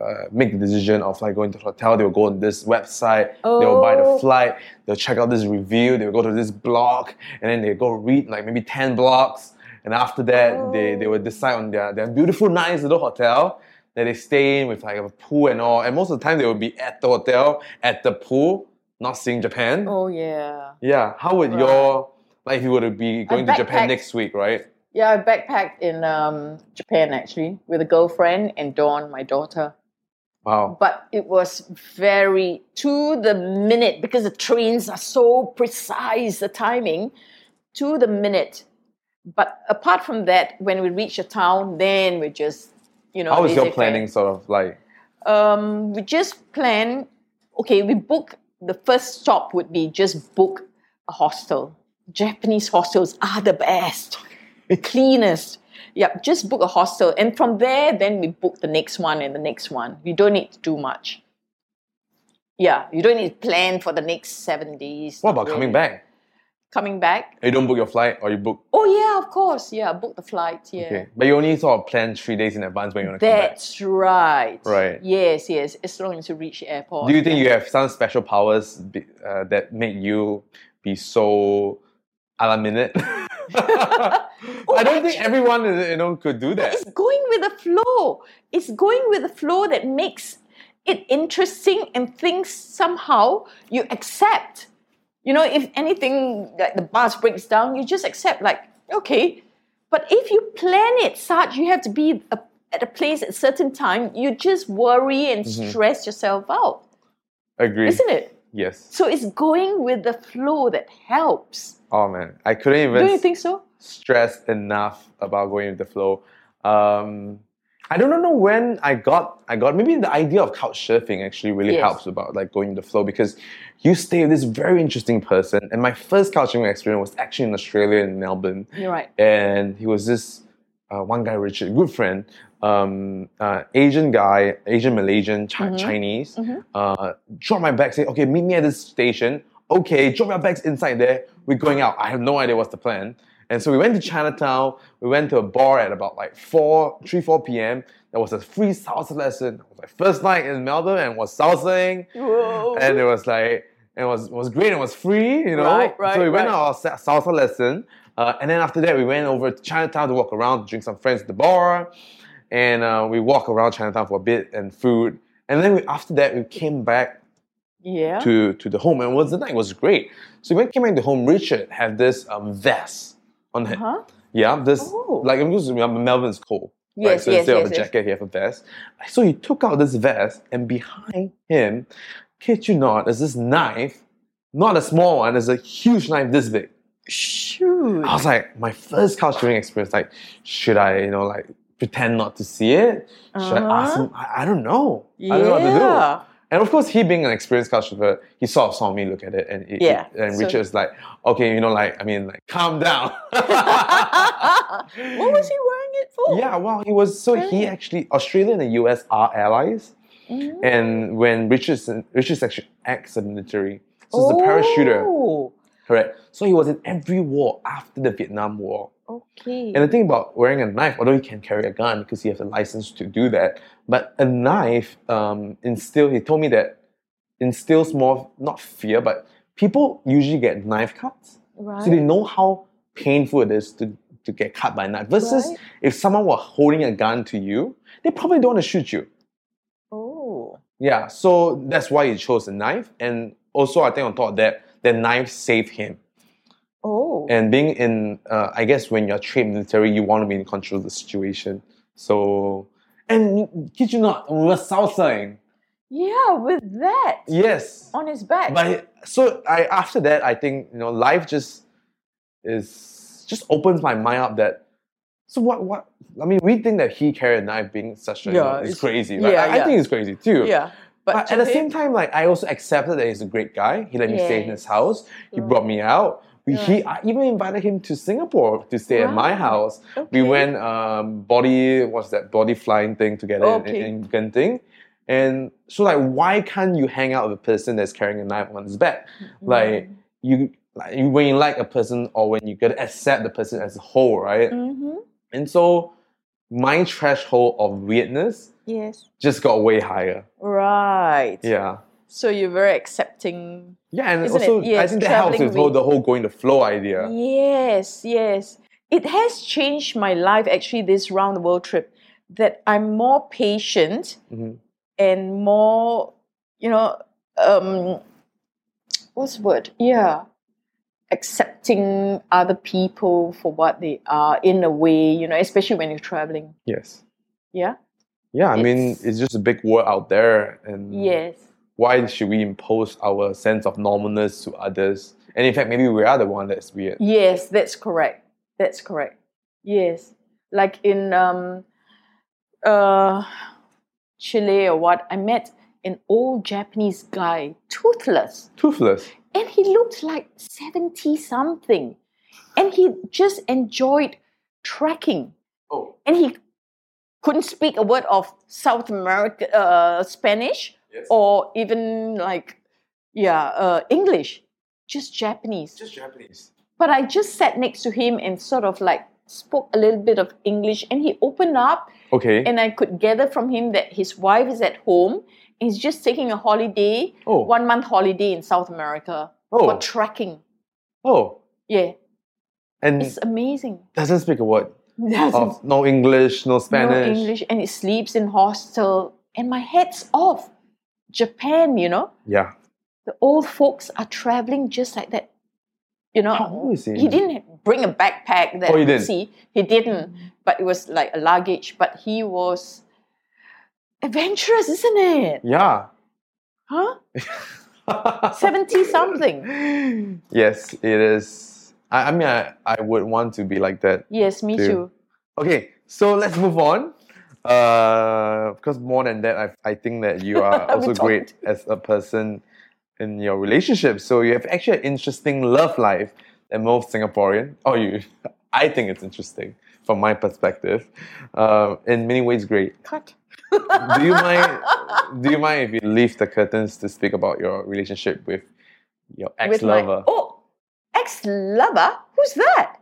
uh, make the decision of like going to the hotel, they'll go on this website, they'll buy
Oh.
the flight, they'll check out this review, they'll go to this blog, and then they go read like maybe 10 blogs. And after that, they,
Oh.
they will decide on their, their beautiful, nice little hotel that they stay in with like a pool and all. And most of the time, they will be at the hotel, at the pool, not seeing Japan.
oh yeah.
Yeah. How would
Right.
your, like if you were to be going to
backpack.
Japan next week, right?
Yeah, I backpacked in um, Japan actually with a girlfriend and Dawn, my daughter.
Wow.
But it was very to the minute because the trains are so precise, the timing to the minute. But apart from that, when we reach a town, then we just, you know,
How is your
laissez-faire.
planning sort of like?
Um, we just plan. Okay, we book. The first stop would be just book a hostel. Japanese hostels are the best, cleanest. Yep, just book a hostel, and from there, then we book the next one and the next one. You don't need to do much. Yeah, you don't need to plan for the next seven days.
What about coming back?
Coming back?
You don't book your flight or you book
Oh yeah, of course. Yeah, book the flight. Yeah.
Okay. But you only sort of plan three days in advance when you want to come back.
That's right.
Right.
Yes, yes. As long as you reach the airport.
Do you think you have some special powers be, uh, that make you be so a la minute? I don't think everyone is- you know could do that.
It's going with the flow. It's going with the flow that makes it interesting and things somehow you accept. You know, if anything like the bus breaks down, you just accept like, okay. But if you plan it such you have to be a, at a place at a certain time, you just worry and
Mm-hmm.
stress yourself out,
Agree.
isn't it?
Yes.
So it's going with the flow that helps.
Oh man, I couldn't even
Don't you think so?
stress enough about going with the flow. Um, I don't know when I got I got maybe the idea of couch surfing actually really
Yes.
helps about like going with the flow because you stay with this very interesting person. And my first couch surfing experience was actually in Australia in Melbourne.
You're right.
and he was this uh, one guy, Richard, good friend, um, uh, Asian guy, Asian Malaysian, Chi- Chinese. Uh, drop my bag, say, okay, meet me at this station. Okay, drop your bags inside there. We're going out. I have no idea what's the plan. And so we went to Chinatown. We went to a bar at about like 4, 3, 4 p.m. There was a free salsa lesson. It was my first night in Melbourne and was salsaing
Whoa.
and it was like it was was great. It was free, you know.
Right, right,
so we went
right.
on our sa- salsa lesson, uh, and then after that we went over to Chinatown to walk around, drink some friends at the bar, and uh, we walk around Chinatown for a bit and food, and then we, after that we came back
yeah.
to to the home, and it was the night was great. So when we came back to home, Richard had this um, vest on him.
Huh?
Yeah, this
Uh-huh. Oh.
like I'm just remember Melvin's cold.
Yes,
so
yes,
instead of
yes,
a
yes.
jacket, he have a vest. So he took out this vest, and behind him, kid you not, is this knife. Not a small one, it's a huge knife this big.
Shoot.
I was like, my first couch surfing experience, like, should I, you know, like pretend not to see it? Should I ask
Uh-huh.
him? I, I don't know. I don't know what to do.
Yeah.
And of course, he being an experienced couch surfer, he sort of saw me look at it, and it,
Yeah,
it- and
so-
Richard's like, okay, you know, like, I mean, like, calm down.
what was he wearing it for?
Yeah, well, he was so he
Brilliant.
actually Australia and the US are allies,
Mm.
and when Richardson Richard's actually acts a military, so he's a parachuter,
Oh,
correct? So he was in every war after the Vietnam War.
Okay.
And the thing about wearing a knife, although he can carry a gun because he has a license to do that, but a knife um, instill he told me that instills more not fear, but people usually get knife cuts.
right.
So they know how painful it is to, to get cut by a knife. Versus
Right.
if someone were holding a gun to you, they probably don't want to shoot you.
oh.
Yeah, so that's why he chose a knife. And also, I think on top of that, the knife saved him.
Oh.
And being in, uh, I guess when you're trained military, you want to be in control of the situation. So, and kid you not, we were salsaing.
yeah, with that
Yes.
on his back.
But so I after that, I think you know, life just is just opens my mind up that So what? What? I mean, we think that he carried a knife being such a
Yeah,
is
it's-
crazy. Right?
yeah,
I, I
yeah.
think it's crazy too.
Yeah.
But,
But,
at the
Chun-Li-
same time, like I also accepted that he's a great guy. He let me stay in
Yes.
his house. He brought me out. We, He I even invited him to Singapore to stay at my
Right.
house. We
Okay.
went um, body what's that body flying thing together
Okay.
in, in Genting. And so like why can't you hang out with a person that's carrying a knife on his back? Like you like you- when you like a person or when you gotta accept the person as a whole, right?
Mhm.
And so my threshold of weirdness
Yes.
just got way higher.
Right.
Yeah.
So you're very accepting.
Yeah, and
Isn't it?
also I
Yes,
think that helps
traveling Mm.
with whole,
with-
the whole going the flow idea.
Yes, yes. It has changed my life actually this round the world trip that I'm more patient
Mhm.
and more, you know, um what's the word? Yeah. Accepting other people for what they are in a way, you know, especially when you're traveling.
Yes.
Yeah?
Yeah, I mean
It's-
it's just a big world out there, and
Yes.
why should we impose our sense of normalness to others? And in fact, maybe we are the one that's weird.
Yes, that's correct. That's correct. Yes. Like in um uh Chile or what, I met an old Japanese guy, toothless,
Toothless.
and he looked like 70 something. And he just enjoyed trekking.
Oh,
And he couldn't speak a word of South America uh, Spanish
yes.
or even like yeah, uh, English. Just Japanese
Japanese.
but I just sat next to him and sort of like spoke a little bit of English and he opened up
Okay.
and I could gather from him that his wife is at home and he's just taking a holiday,
Oh.
one month holiday in South America for
oh.
trekking.
Oh.
Yeah,
And
it's amazing.
doesn't speak a word
Doesn't
Mm. of no English, no
know
Spanish.
English and he sleeps in hostel and my head's off. Japan, you know,
Yeah.
the old folks are traveling just like that. You know,
How old is he?
Oh, he didn't bring a backpack that
Oh, he
I could
didn't?
see he didn't but it was like a luggage but he was adventurous isn't it
Yeah.
huh 70 something
yes, it is. I, I mean, I, I would want to be like that.
yes me
Dude.
too
Okay, so let's move on. Uh, because more than that, I, I think that you are
We
also
talked.
great as a person in your relationship. So you have actually an interesting love life than most Singaporean. Oh, you, I think it's interesting from my perspective. Um, in many ways, great.
cut
Do you mind? do you mind if you leave the curtains to speak about your relationship with your
with my-
ex-lover?
oh ex-lover who's that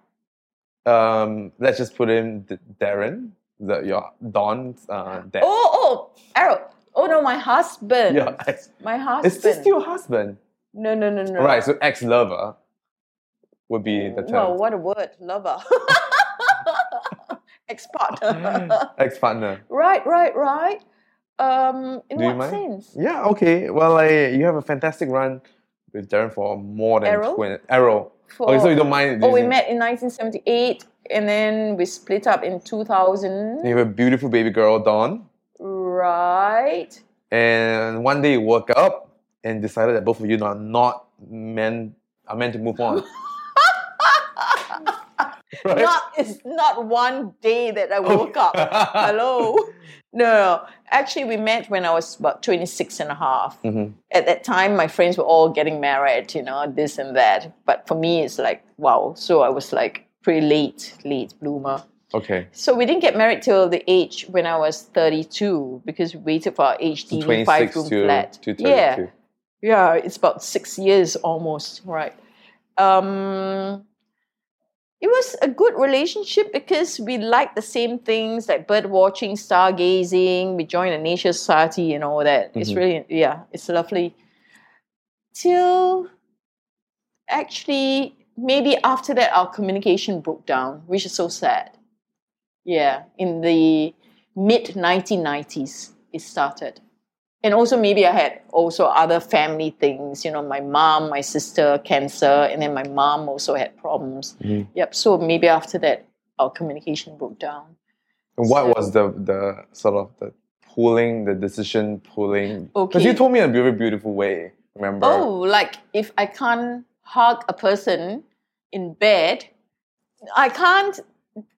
um, let's just put in D- Darren, the, your Don's uh, dad.
oh oh arrow oh no my husband
Your ex-
my husband
Is this your husband?
no no no no
Right, so ex lover would be the
wow
term.
what a word lover ex partner
ex partner.
Right, right, right. Um, in
Do you
what
mind?
sense?
Yeah, okay. Well, I, you have a fantastic run with Darren for more than
Arrow?
20. Arrow.
For,
okay, so you don't mind.
oh, we
using-
met in 1978 and then we split up in 2000.
You have a beautiful baby girl, Dawn.
Right.
And one day you woke up and decided that both of you are not meant, are meant to move on. right? Oh.
Not it's not one day that I woke up. Hello. No, no. Actually, we met when I was about 26 and a half.
Mhm.
At that time, my friends were all getting married, you know, this and that. But for me, it's like, wow. So I was like pretty late, late bloomer.
Okay.
So we didn't get married till the age when I was 32 because we waited for our HDB five
26
room
to,
flat.
to 32.
yeah, yeah, it's about six years almost, right? Um, it was a good relationship because we liked the same things like bird watching, stargazing. We joined a nature society and all that. It's
Mhm.
really yeah, it's lovely. Till actually maybe after that our communication broke down, which is so sad. Yeah, in the mid 1990s it started. And also maybe I had also other family things, you know, my mom, my sister, cancer, and then my mom also had problems.
Mhm.
Yep. So maybe after that our communication broke down.
And what
So-
was the the sort of the pulling, the decision pulling? Because you
Okay.
told me in a very beautiful way, remember?
Oh, like if I can't hug a person in bed, I can't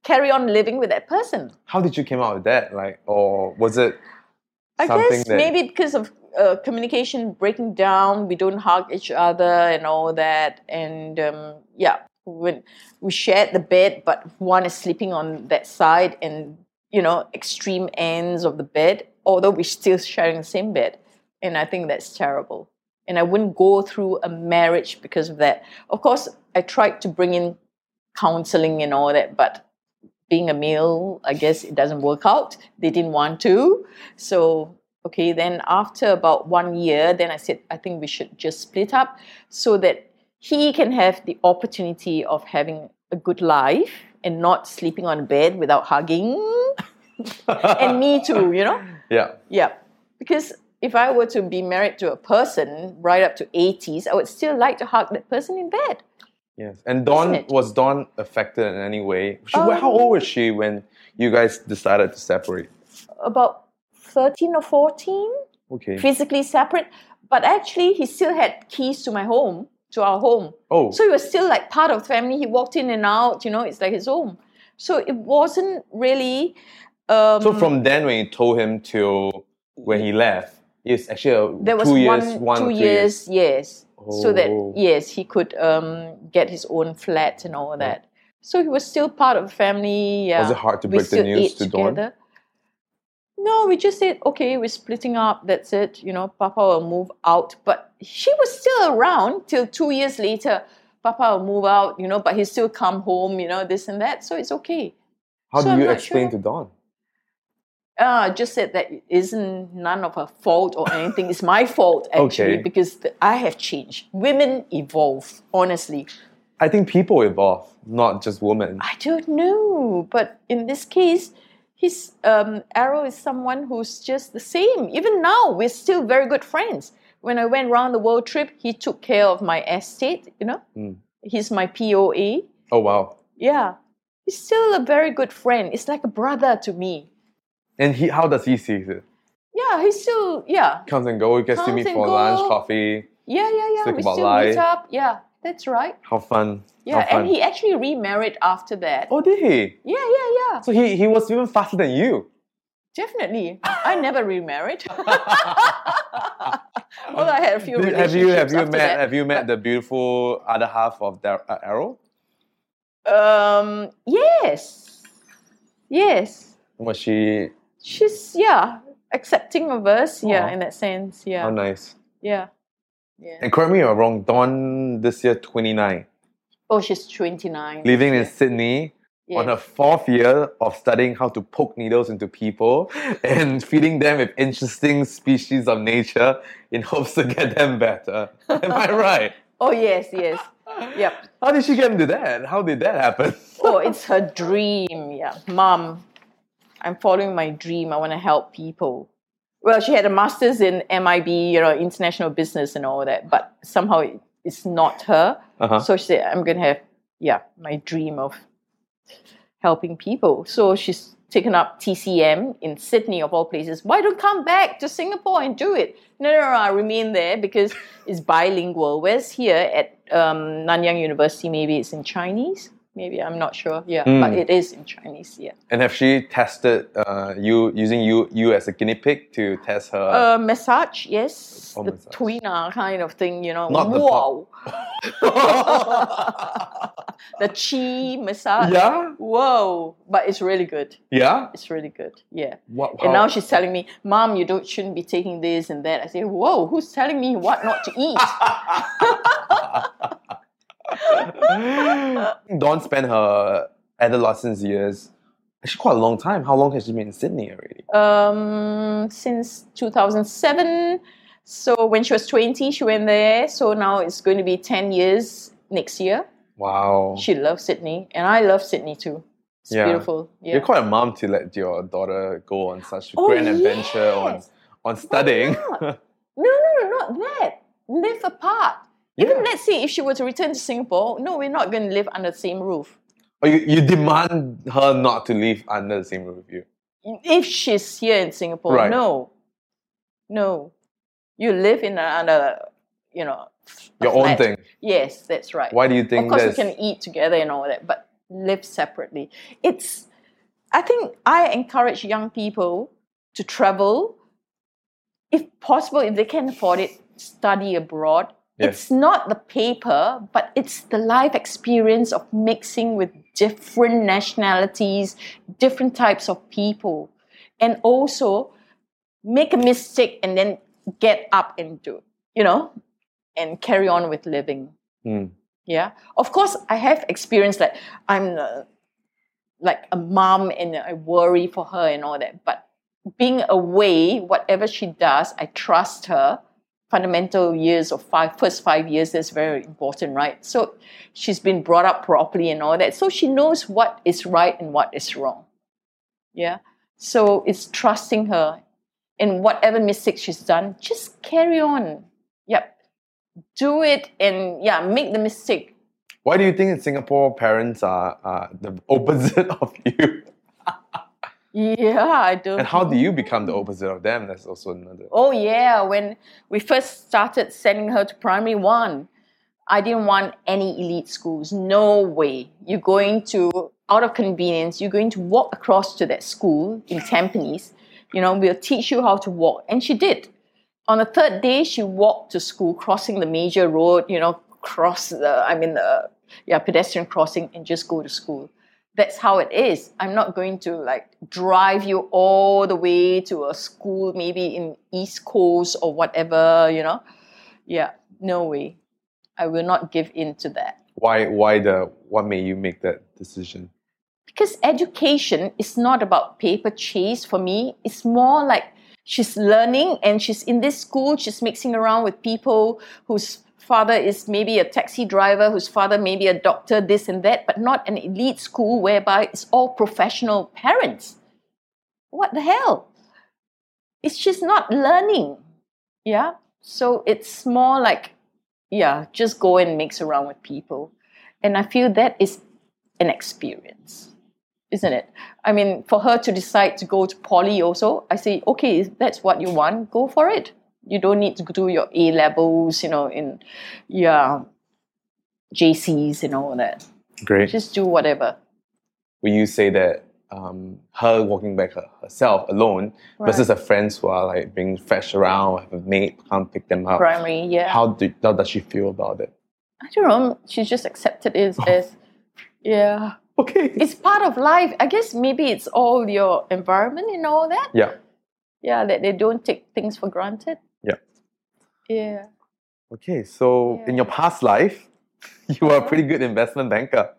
carry on living with that person.
How did you came out with that? Like, or was it
I
something
guess
that
maybe because of uh, communication breaking down, we don't hug each other and all that. And um, yeah, when we shared the bed, but one is sleeping on that side and, you know, extreme ends of the bed, although we're still sharing the same bed. And I think that's terrible. And I wouldn't go through a marriage because of that. Of course, I tried to bring in counseling and all that, but being a male, I guess it doesn't work out. They didn't want to. So, okay, then after about one year, then I said, I think we should just split up so that he can have the opportunity of having a good life and not sleeping on a bed without hugging. and me too, you know?
yeah,
Yeah. Because if I were to be married to a person right up to 80s, I would still like to hug that person in bed.
yes. And Dawn
it?
was Dawn affected in any way? She,
Um,
how old was she when you guys decided to separate?
About 13 or 14?
Okay.
physically separate, but actually he still had keys to my home, to our home.
Oh,
So he was still like part of the family. He walked in and out, you know, it's like his home. So it wasn't really um
so from then when you told him till when he left, it's actually a
there was
two
one,
years, one
two
or three
years, yes. So that
Oh.
yes, he could um get his own flat and all that. So he was still part of the family. Yeah.
Was it hard to
we
break the
still
news
ate
to Dawn?
together. No, we just said, okay, we're splitting up. That's it. You know, Papa will move out. But she was still around till two years later. Papa will move out, you know, but he still come home, you know, this and that. So it's okay.
How
So
do
I'm
you
not
explain
sure.
to Dawn?
Uh, just said that it isn't none of her fault or anything. It's my fault actually
Okay.
because th- I have changed. Women evolve, honestly.
I think people evolve, not just women.
I don't know, but in this case, his um, arrow is someone who's just the same. Even now, we're still very good friends. When I went round the world trip, he took care of my estate. You know,
Mm.
he's my POA.
Oh wow.
Yeah, he's still a very good friend. It's like a brother to me.
And he, how does he see it?
Yeah, he's still yeah,
Comes and go. You guys still
Comes
meet
and
for lunch,
go.
coffee.
yeah, yeah, yeah.
Speak
we
about
still
life.
meet up. Yeah, that's right.
How fun.
Yeah,
How fun.
and he actually remarried after that.
Oh, did he?
Yeah, yeah, yeah.
So he, he was even faster than you.
Definitely. I never remarried. Well, I had a few
Did- have you have
relationships
you met
after that.
have you met the beautiful other half of the uh, arrow?
Um, yes, yes.
Was she
She's yeah accepting of us. Yeah,
Aw.
in that sense. Yeah,
how nice?
yeah, yeah.
And correct me if I'm wrong. Dawn this year 29,
Oh, she's twenty nine.
living in Sydney.
yes.
On her fourth year of studying how to poke needles into people and feeding them with interesting species of nature in hopes to get them better. Am I right?
Oh yes, yes. Yep.
How did she get into that? How did that happen?
Oh, it's her dream. Yeah, mom. I'm following my dream. I want to help people. Well, she had a master's in MIB, you know, international business and all that, but somehow it, it's not her.
Uh-huh.
So she said, I'm going to have, yeah, my dream of helping people. So she's taken up TCM in Sydney, of all places. Why don't come back to Singapore and do it? No, no, no, I remain there because it's bilingual. Whereas here at um, Nanyang University, maybe it's in Chinese. Maybe, I'm not sure. Yeah,
Hmm.
but it is in Chinese, yeah.
And have she tested uh, you using you you as a guinea pig to test her?
Uh, massage, yes.
Oh,
the
massage.
tweener kind of thing, you know.
Not the
wow. Uh. The chi massage.
yeah,
Whoa. But it's really good.
yeah.
It's really good. Yeah.
What? how-
And now she's telling me, Mom, you don't shouldn't be taking this and that. I say, Whoa, who's telling me what not to eat?
Dawn spent her adolescence years. Actually, quite a long time. How long has she been in Sydney already?
um, since 2007. So when she was 20, she went there. So now it's going to be 10 years next year.
Wow.
She loves Sydney, and I love Sydney too. It's
Yeah.
beautiful. Yeah.
You're quite a mom to let your daughter go on such
Oh,
grand adventure on
yes.
on studying.
not? No, no, no, not that. Live apart. Even
Yeah.
let's say if she were to return to Singapore, no, we're not going to live under the same roof.
Or Oh, you, you demand her not to live under the same roof with you.
If she's here in Singapore,
Right.
no, no, you live in another, you know, a
Your own
flat.
thing.
Yes, that's right.
Why do you
Of
think
course,
that's
we can eat together and all that, but live separately. It's, I think I encourage young people to travel, if possible, if they can afford it, study abroad.
Yes.
It's not the paper, but it's the life experience of mixing with different nationalities, different types of people, and also make a mistake and then get up and do, you know, and carry on with living.
Mm.
Yeah. Of course, I have experienced like I'm uh, like a mom and I worry for her and all that. But being away, whatever she does, I trust her. Fundamental years of five, first five years, that's very important, right? So she's been brought up properly and all that. So she knows what is right and what is wrong. Yeah. So it's trusting her and whatever mistake she's done, just carry on. Yep. Do it and yeah, make the mistake.
Why do you think in Singapore parents are, are the opposite of you?
Yeah, I do.
And how do you become
Mm-hmm.
the opposite of them? That's also another.
Oh yeah, when we first started sending her to primary one, I didn't want any elite schools. No way. You're going to out of convenience, you're going to walk across to that school in Tampines. You know, we'll teach you how to walk. And she did. On the third day, she walked to school, crossing the major road, you know, cross the, I mean, the, yeah, pedestrian crossing and just go to school that's how it is. I'm not going to like drive you all the way to a school, maybe in East Coast or whatever, you know. Yeah, no way. I will not give in to that.
Why? Why the? What made you make that decision?
Because education is not about paper chase for me. It's more like she's learning and she's in this school, she's mixing around with people whose father is maybe a taxi driver, whose father maybe a doctor, this and that, but not an elite school whereby it's all professional parents. What the hell? It's just not learning. Yeah. So it's more like, yeah, just go and mix around with people. And I feel that is an experience, isn't it? I mean, for her to decide to go to poly also, I say, okay, if that's what you want, go for it. You don't need to do your A levels, you know, in yeah, JCs and all that.
Great.
Just do whatever.
Will you say that um, her walking back her, herself alone
Right.
versus her friends who are like being fetched around, have a mate come pick them up?
Primary, yeah.
How do how does she feel about it?
I don't know. She just accepted it
Oh.
as, yeah.
Okay.
It's part of life. I guess maybe it's all your environment and all that.
yeah.
Yeah, that they don't take things for granted.
Yeah.
Yeah.
Okay. So
Yeah.
in your past life, you were a pretty good investment banker.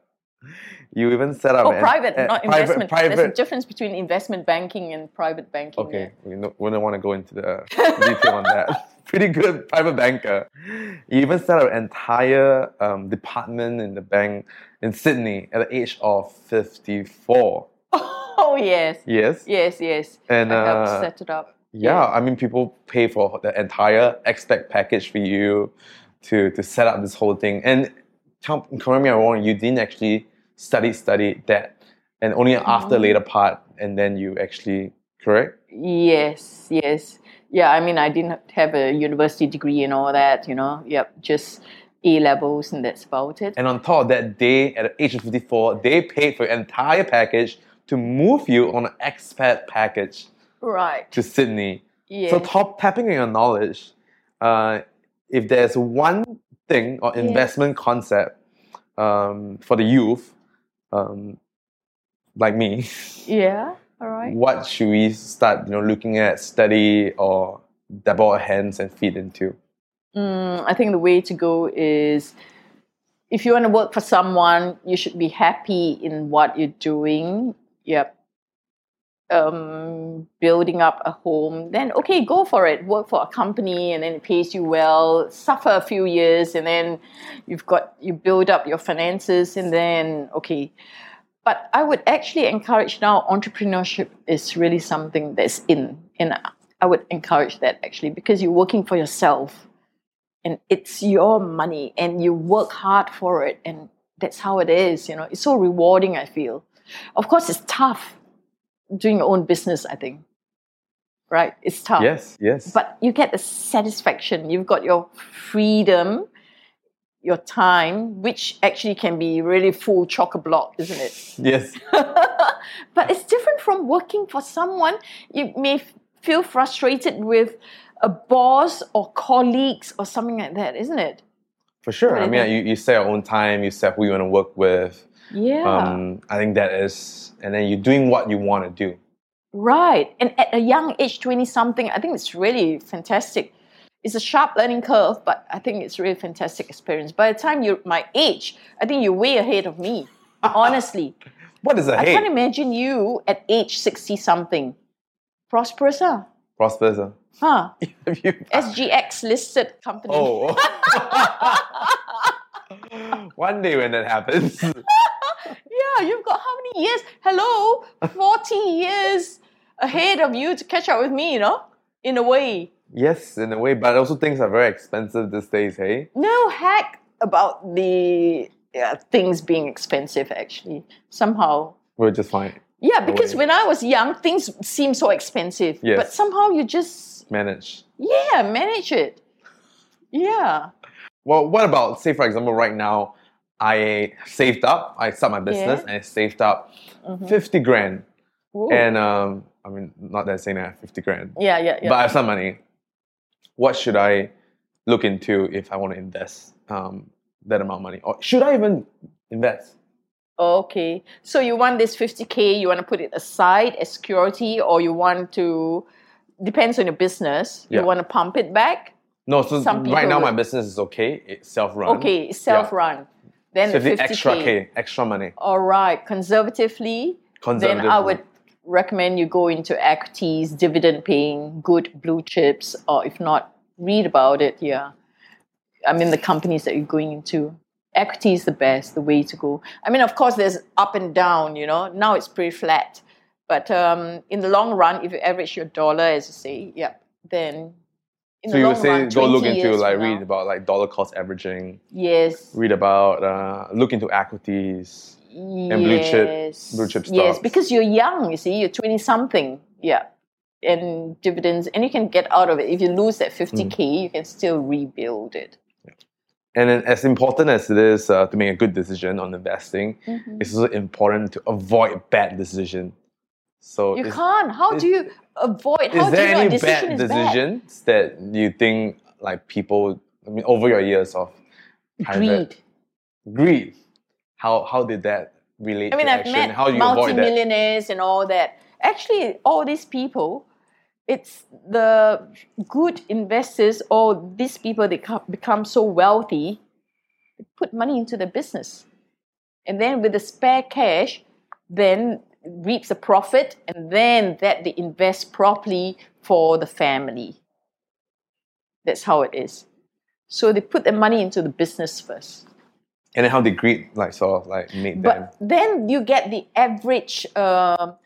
You even set up
Oh,
an-
private,
a-
not
private,
investment. There's a
Private.
difference between investment banking and private banking.
Okay, we, no, we don't want to go into the detail on that. Pretty good private banker. You even set up an entire um, department in the bank in Sydney at the age of 54.
yeah. Oh yes,
Yes?
yes, yes.
And,
I helped
uh,
set it up.
Yeah, I mean, people pay for the entire expat package for you to, to set up this whole thing. And tell, correct me if I'm wrong, you didn't actually study, study that. And only after later part, and then you actually, correct?
Yes, yes. Yeah, I mean, I didn't have a university degree and all that. You know, yep, just A levels and that's about it.
And on top of that, they, at the age of 54, they paid for your entire package to move you on an expat package
right.
to Sydney.
Yeah.
So, top tapping on your knowledge, uh, if there's one thing or
Yes.
investment concept um, for the youth, um, like me,
yeah. All right.
what should we start you know, looking at, study, or dabble our hands and feet into?
Mm, I think the way to go is if you want to work for someone, you should be happy in what you're doing. Yep. Um, building up a home, then okay, go for it. Work for a company and then it pays you well. Suffer a few years and then you've got, you build up your finances and then okay. But I would actually encourage now entrepreneurship is really something that's in. And I would encourage that actually because you're working for yourself and it's your money and you work hard for it and that's how it is you know it's so rewarding i feel of course it's tough doing your own business i think right it's tough
Yes, yes.
but you get the satisfaction you've got your freedom your time, which actually can be really full chock a block, isn't it?
Yes.
but it's different from working for someone. You may f- feel frustrated with a boss or colleagues or something like that, isn't it?
For sure.
What
I
do
mean,
you
you, you set your own time, you set who you want to work with.
Yeah.
Um, I think that is, and then you're doing what you want to do.
Right. And at a young age, 20 something, I think it's really fantastic. It's a sharp learning curve, but I think it's really fantastic experience. By the time you're my age, I think you're way ahead of me. Honestly.
What is a
I can't
hate?
imagine you at age 60 something. Prosperous, huh?
Prosperous. huh?
Huh?
Have you?
SGX listed company.
Oh. One day when that happens,
Yeah, you've got how many years? Hello? 40 years ahead of you to catch up with me, you know? In a way.
yes, in a way, but also things are very expensive these days. Hey,
no hack about the uh, things being expensive actually somehow
we're just fine.
yeah because
Always.
when i was young things seemed so expensive
Yes.
but somehow you just
Manage.
yeah manage it yeah
Well, what about say for example, right now, I saved up. I start my business
Yeah. Mm-hmm.
and I saved up fifty grand.
Woo.
And um, I mean, not that saying I have fifty grand,
yeah yeah yeah
but I have some money. What should I look into if I want to invest um, that amount of money, or should I even invest?
okay so you want this 50k you want to put it aside as security or you want to depends on your business
Yeah.
you want to pump it back
No, so
Some
right
people
now my
would-
business is okay. It's self-run.
okay it's self-run then
Mm-hmm. So if
the
the
50
extra K, extra money,
all right conservatively then
conservative.
I would recommend you go into equities, dividend paying, good blue chips, or if not, read about it. Yeah. I mean, the companies that you're going into. Equity is the best, the way to go. I mean, of course, there's up and down, you know. Now it's pretty flat. But um, in the long run, if you average your dollar, as you say, yeah, then. In
So
the
you
long
would say
run,
go look
20
into
years
like
from
read
now-
about like dollar cost averaging,
Yes.
read about uh, look into equities.
and
blue chip- blue chip
Yes,
stocks.
because you're young, you see, you're 20 something. Yeah. And dividends, and you can get out of it. If you lose that
Hmm.
50K, you can still rebuild it.
And then, as important as it is uh, to make a good decision on investing,
Mm-hmm.
it's also important to avoid bad decision. So
You
is,
can't. How
is-
do you avoid?
is
How do
there
you know a
any
decision
bad
is bad?
decisions that you think like people? I mean, over your years of private-
Greed.
greed. How how did that relate
I mean,
to
I've
action?
met
how do you avoid that?
multimillionaires and all that. Actually, all these people, it's the good investors or these people that co- become so wealthy, they put money into the business. And then with the spare cash, then reaps a profit and then that they invest properly for the family. That's how it is. So they put their money into the business first.
And then how did greed like sort of like make them?
But then you get the average um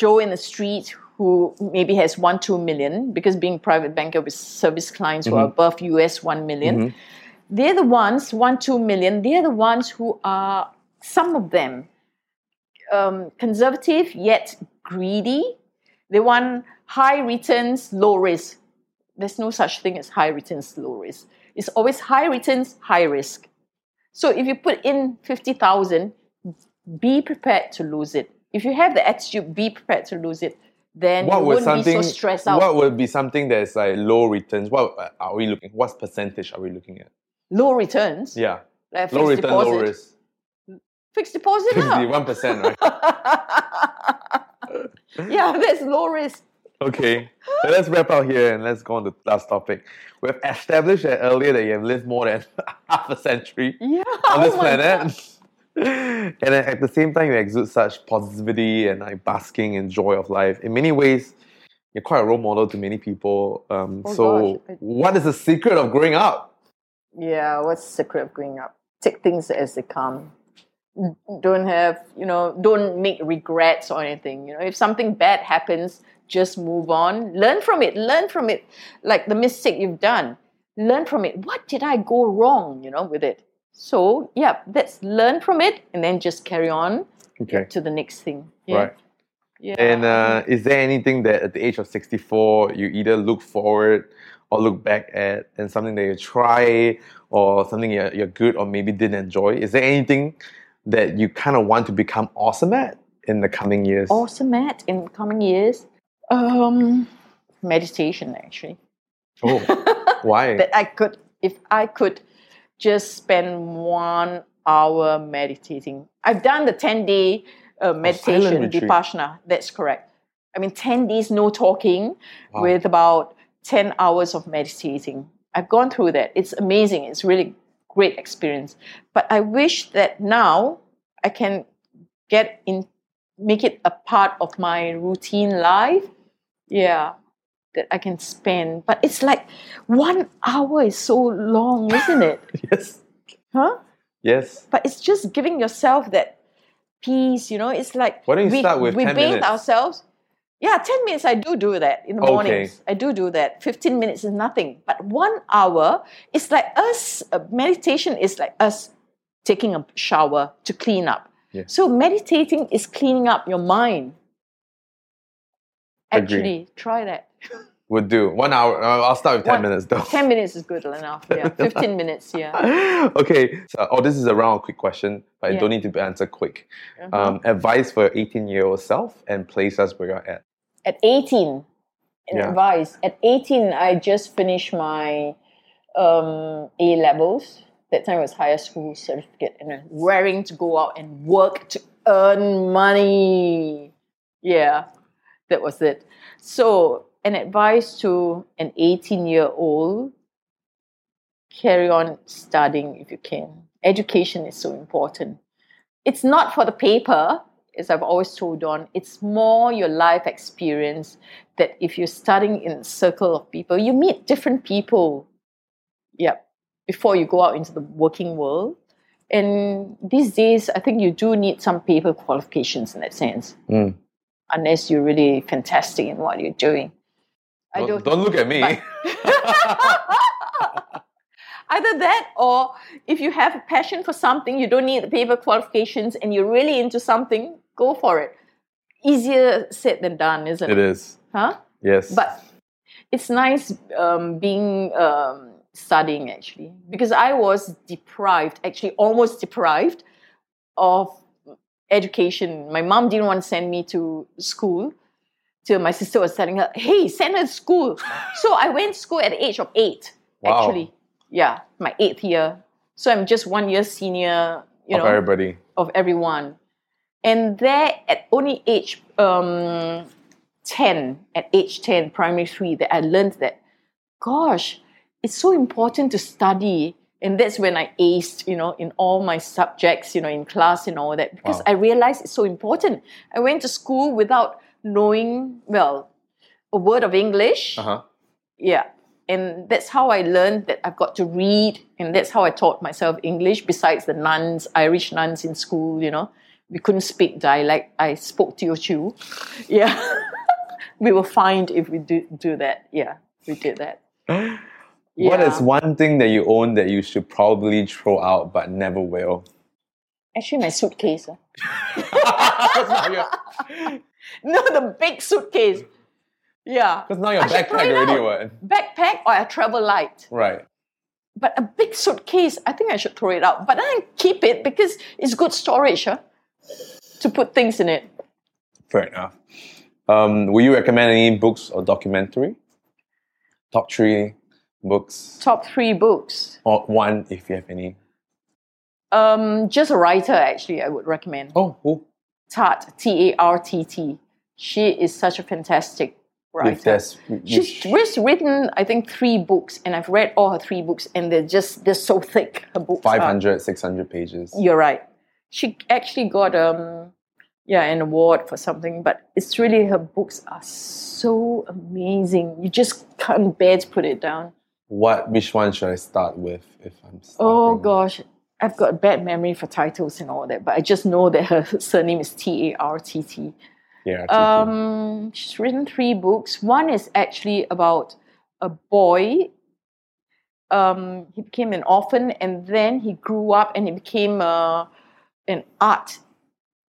Joe in the street who maybe has one, two million, because being private banker with service clients who are above US one million, they're the ones, one, two million, they're the ones who are, some of them, um, conservative yet greedy. They want high returns, low risk. There's no such thing as high returns, low risk. It's always high returns, high risk. So if you put in 50,000, be prepared to lose it. If you have the attitude, be prepared to lose it, then
What
you
would
won't be so
something?
stressed out.
What would be something that's like low returns? What uh, are we looking? What's percentage are we looking at?
low returns,
Yeah,
like
low
fixed
return,
deposit.
low risk.
Fixed deposit,
Fifty
yeah.
one percent, right?
yeah, that's low risk.
Okay, so let's wrap up here and let's go on to the last topic. We've established that earlier that you have lived more than half a century
Yeah.
on
oh
this
my God.
planet. and then at the same time, you exude such positivity and like basking in joy of life. In many ways, you're quite a role model to many people. Um,
Oh
so,
gosh, I-
what is the secret of growing up?
Yeah, what's the secret of growing up? Take things as they come. Don't have, you know, don't make regrets or anything. You know, if something bad happens, just move on. Learn from it. Learn from it. Like the mistake you've done. Learn from it. What did I go wrong, you know, with it? So, yeah, let's learn from it and then just carry on
Okay,
to the next thing. Yeah.
right.
Yeah.
uh,
Um,
And uh, is there anything that at the age of 64 you either look forward or look back at and something that you try or something you're, you're good or maybe didn't enjoy? Is there anything that you kind of want to become awesome at in the coming years?
Awesome at in coming years. Um, meditation actually.
Oh, why?
that I could, if I could just spend one hour meditating. I've done the 10 day uh, meditation,
retreat.
Vipassana, that's correct. I mean, 10 days, no talking,
Wow.
with about 10 hours of meditating. I've gone through that. It's amazing. It's really great experience. But I wish that now I can get in, make it a part of my routine life. Yeah, that I can spend. But it's like one hour is so long, isn't it?
yes.
huh?
Yes.
But it's just giving yourself that peace, you know. It's like
Why don't you
we,
start with
we
10
bathe
minutes?
ourselves. Yeah, ten minutes. I do do that in the
Okay.
mornings. I do do that. Fifteen minutes is nothing, but one hour it's like us. uh, Meditation is like us taking a shower to clean up.
Yeah.
So meditating is cleaning up your mind.
Agree.
Actually, try that.
Would do. One hour. uh, I'll start with 10
One-
minutes though.
Ten minutes is good enough. Yeah, fifteen minutes. Yeah.
okay. So, oh, this is a round quick question, but
Yeah.
it don't need to be answered quick.
Uh-huh.
Um, advice for your 18 year old self and place us where you're at.
at 18 in
Yeah.
advice at 18 i just finished my um, a levels that time it was higher school certificate and I'm raring to go out and work to earn money yeah that was it so an advice to an 18 year old carry on studying if you can education is so important it's not for the paper, as I've always told on, it's more your life experience that if you're studying in a circle of people, you meet different people. Yeah, before you go out into the working world. And these days, I think you do need some paper qualifications in that sense,
Mm.
unless you're really fantastic in what you're doing. I
Don't, don't look at me.
but- Either that, or if you have a passion for something, you don't need the paper qualifications, and you're really into something, go for it. Easier said than done, isn't
it
it?
is.
Huh?
Yes.
But it's nice um, being um, studying actually, because I was deprived, actually almost deprived, of education. My mom didn't want to send me to school till my sister was telling her, hey, send her to school. so I went to school at the age of eight,
Wow.
actually. Yeah, my eighth year. So I'm just one year senior, you
of
know,
everybody.
of everyone. And there at only age um, 10, at age 10, primary three, that I learned that, gosh, it's so important to study. And that's when I aced, you know, in all my subjects, you know, in class and all that, because
Wow.
I realized it's so important. I went to school without knowing, well, a word of English.
Uh huh.
Yeah. And that's how I learned that I've got to read, and that's how I taught myself English, besides the nuns, Irish nuns in school, you know. We couldn't speak dialect. I spoke Teochew. Yeah. we were fined if we do, do that. Yeah, we did that.
What
Yeah.
is one thing that you own that you should probably throw out but never will?
Actually, my suitcase. ah.
Because now you're,
No, the big suitcase. Yeah.
'cause now you're
I should throw
backpack
it
already,
out.
what?
Backpack or a travel light.
Right.
but a big suitcase, I think I should throw it out. But then I keep it because it's good storage, huh? To put things in it.
Fair enough. Um, will you recommend any books or documentary? Top three books
Top three books.
or one if you have any.
Um, just a writer, actually, I would recommend.
Oh, who?
Tart, T A R T T. She is such a fantastic
If
writer.
there's, you
She's uh,
sh-
just written, I think, three books, and I've read all her three books, and they're just they're so thick. Her books are.
500, 600 pages.
You're right. She actually got um yeah an award for something, but it's really her books are so amazing. You just can't bear to put it down.
What? Which one should I start with if I'm starting?
Oh gosh, I've got a bad memory for titles and all that, but I just know that her surname is T A R T T.
Yeah. Um,
Um, she's written three books. One is actually about a boy. Um, he became an orphan, and then he grew up, and he became uh, an art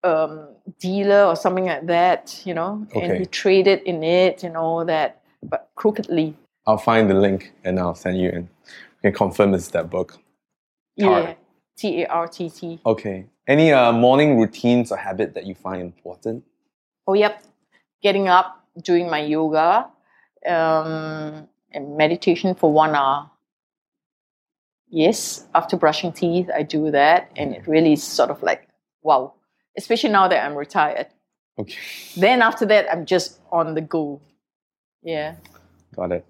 um, dealer or something like that. You know, and
Okay.
he traded in it and all that, but crookedly.
I'll find the link and I'll send you in. You can confirm it's that book. Tart.
Yeah. T A R T T.
Okay. Any uh, morning routines or habit that you find important?
Oh, yep. Getting up, doing my yoga, um, and meditation for one hour. Yes, after brushing teeth, I do that, and it really is sort of like, wow. Especially now that I'm retired.
Okay.
Then after that, I'm just on the go. Yeah.
Got it.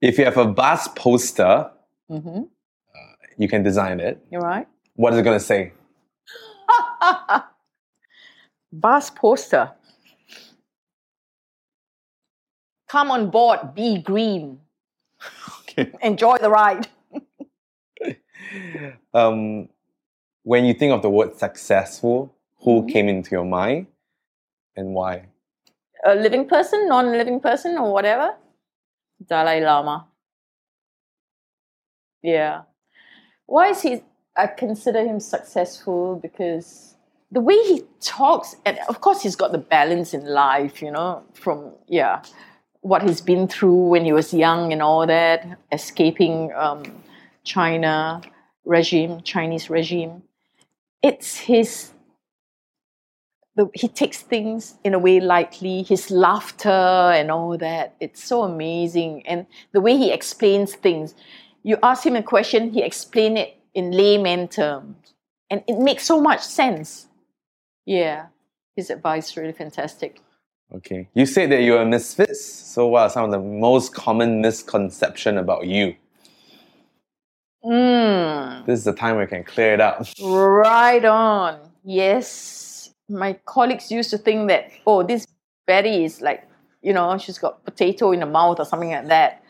If you have a bus poster,
Mm-hmm.
you can design it.
You're right.
What is it going to say?
Bus poster. Come on board, be green.
Okay.
Enjoy the ride.
Um, when you think of the word successful, who came into your mind and why?
A living person, non living person, or whatever? Dalai Lama. Yeah. Why is he, I consider him successful because the way he talks, and of course, he's got the balance in life, you know, from, yeah, what he's been through when he was young and all that, escaping um, China regime, Chinese regime. It's his the, he takes things in a way lightly, his laughter and all that. It's so amazing. And the way he explains things. You ask him a question, he explains it in layman terms. And it makes so much sense. Yeah. His advice really fantastic.
Okay. You said that you're a misfit. So, what are some of the most common misconception about you?
Mm.
This is the time we can clear it up.
Right on. Yes. My colleagues used to think that, oh, this Betty is like, you know, she's got potato in her mouth or something like that.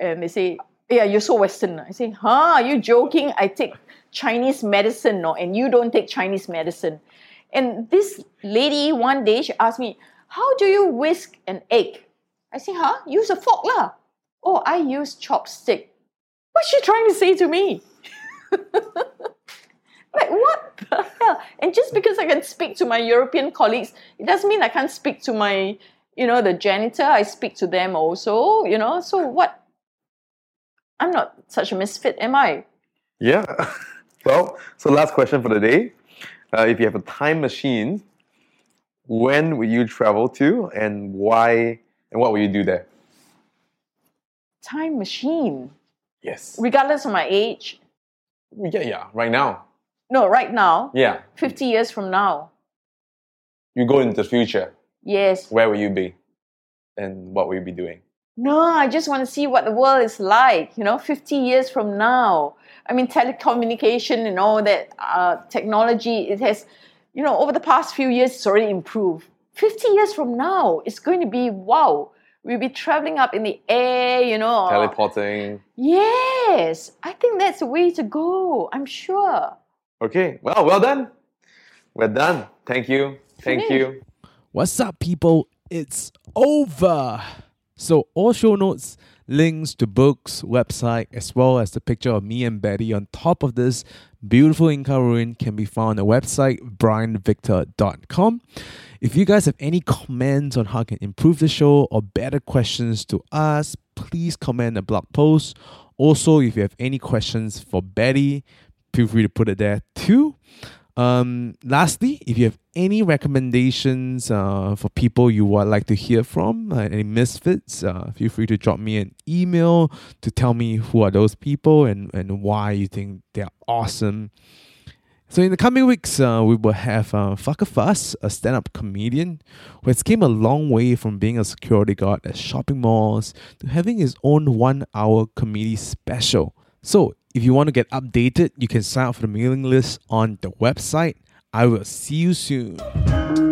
And they say, yeah, you're so Western. I say, huh, are you joking? I take Chinese medicine, no, and you don't take Chinese medicine. And this lady one day, she asked me, how do you whisk an egg? I say, huh, use a fork lah. Oh, I use chopstick. What's she trying to say to me? Like, what the hell? And just because I can speak to my European colleagues, it doesn't mean I can't speak to my, you know, the janitor. I speak to them also, you know. So what? I'm not such a misfit, am I?
Yeah. Well, so last question for the day. Uh, if you have a time machine, when would you travel to and why and what would you do there?
Time machine.
Yes.
Regardless of my age.
Yeah, yeah, right now.
No, right now.
Yeah.
50 years from now.
You go into the future,
Yes.
where will you be? And what will you be doing?
No, I just want to see what the world is like, you know, 50 years from now. I mean, telecommunication and all that uh, technology, it has, you know, over the past few years, it's already improved. 50 years from now, it's going to be wow. We'll be traveling up in the air, you
Ah.
know.
Teleporting.
Yes, I think that's the way to go, I'm sure.
Okay. Well, well done. We're done. Thank you. Thank you.
What's up, people? It's over. So, all show notes, links to books, website, as well as the picture of me and Betty on top of this beautiful Inca ruin can be found on the website brianvictor.com. If you guys have any comments on how I can improve the show or better questions to ask, please comment the blog post. Also, if you have any questions for Betty, feel free to put it there too. Um, lastly, if you have any recommendations uh, for people you would like to hear from, uh, any misfits, uh, feel free to drop me an email to tell me who are those people and, and why you think they're awesome. So in the coming weeks, uh, we will have uh, Fucker Fuss, a stand-up comedian who has came a long way from being a security guard at shopping malls to having his own one-hour comedy special. So if you want to get updated, you can sign up for the mailing list on the website. I will see you soon.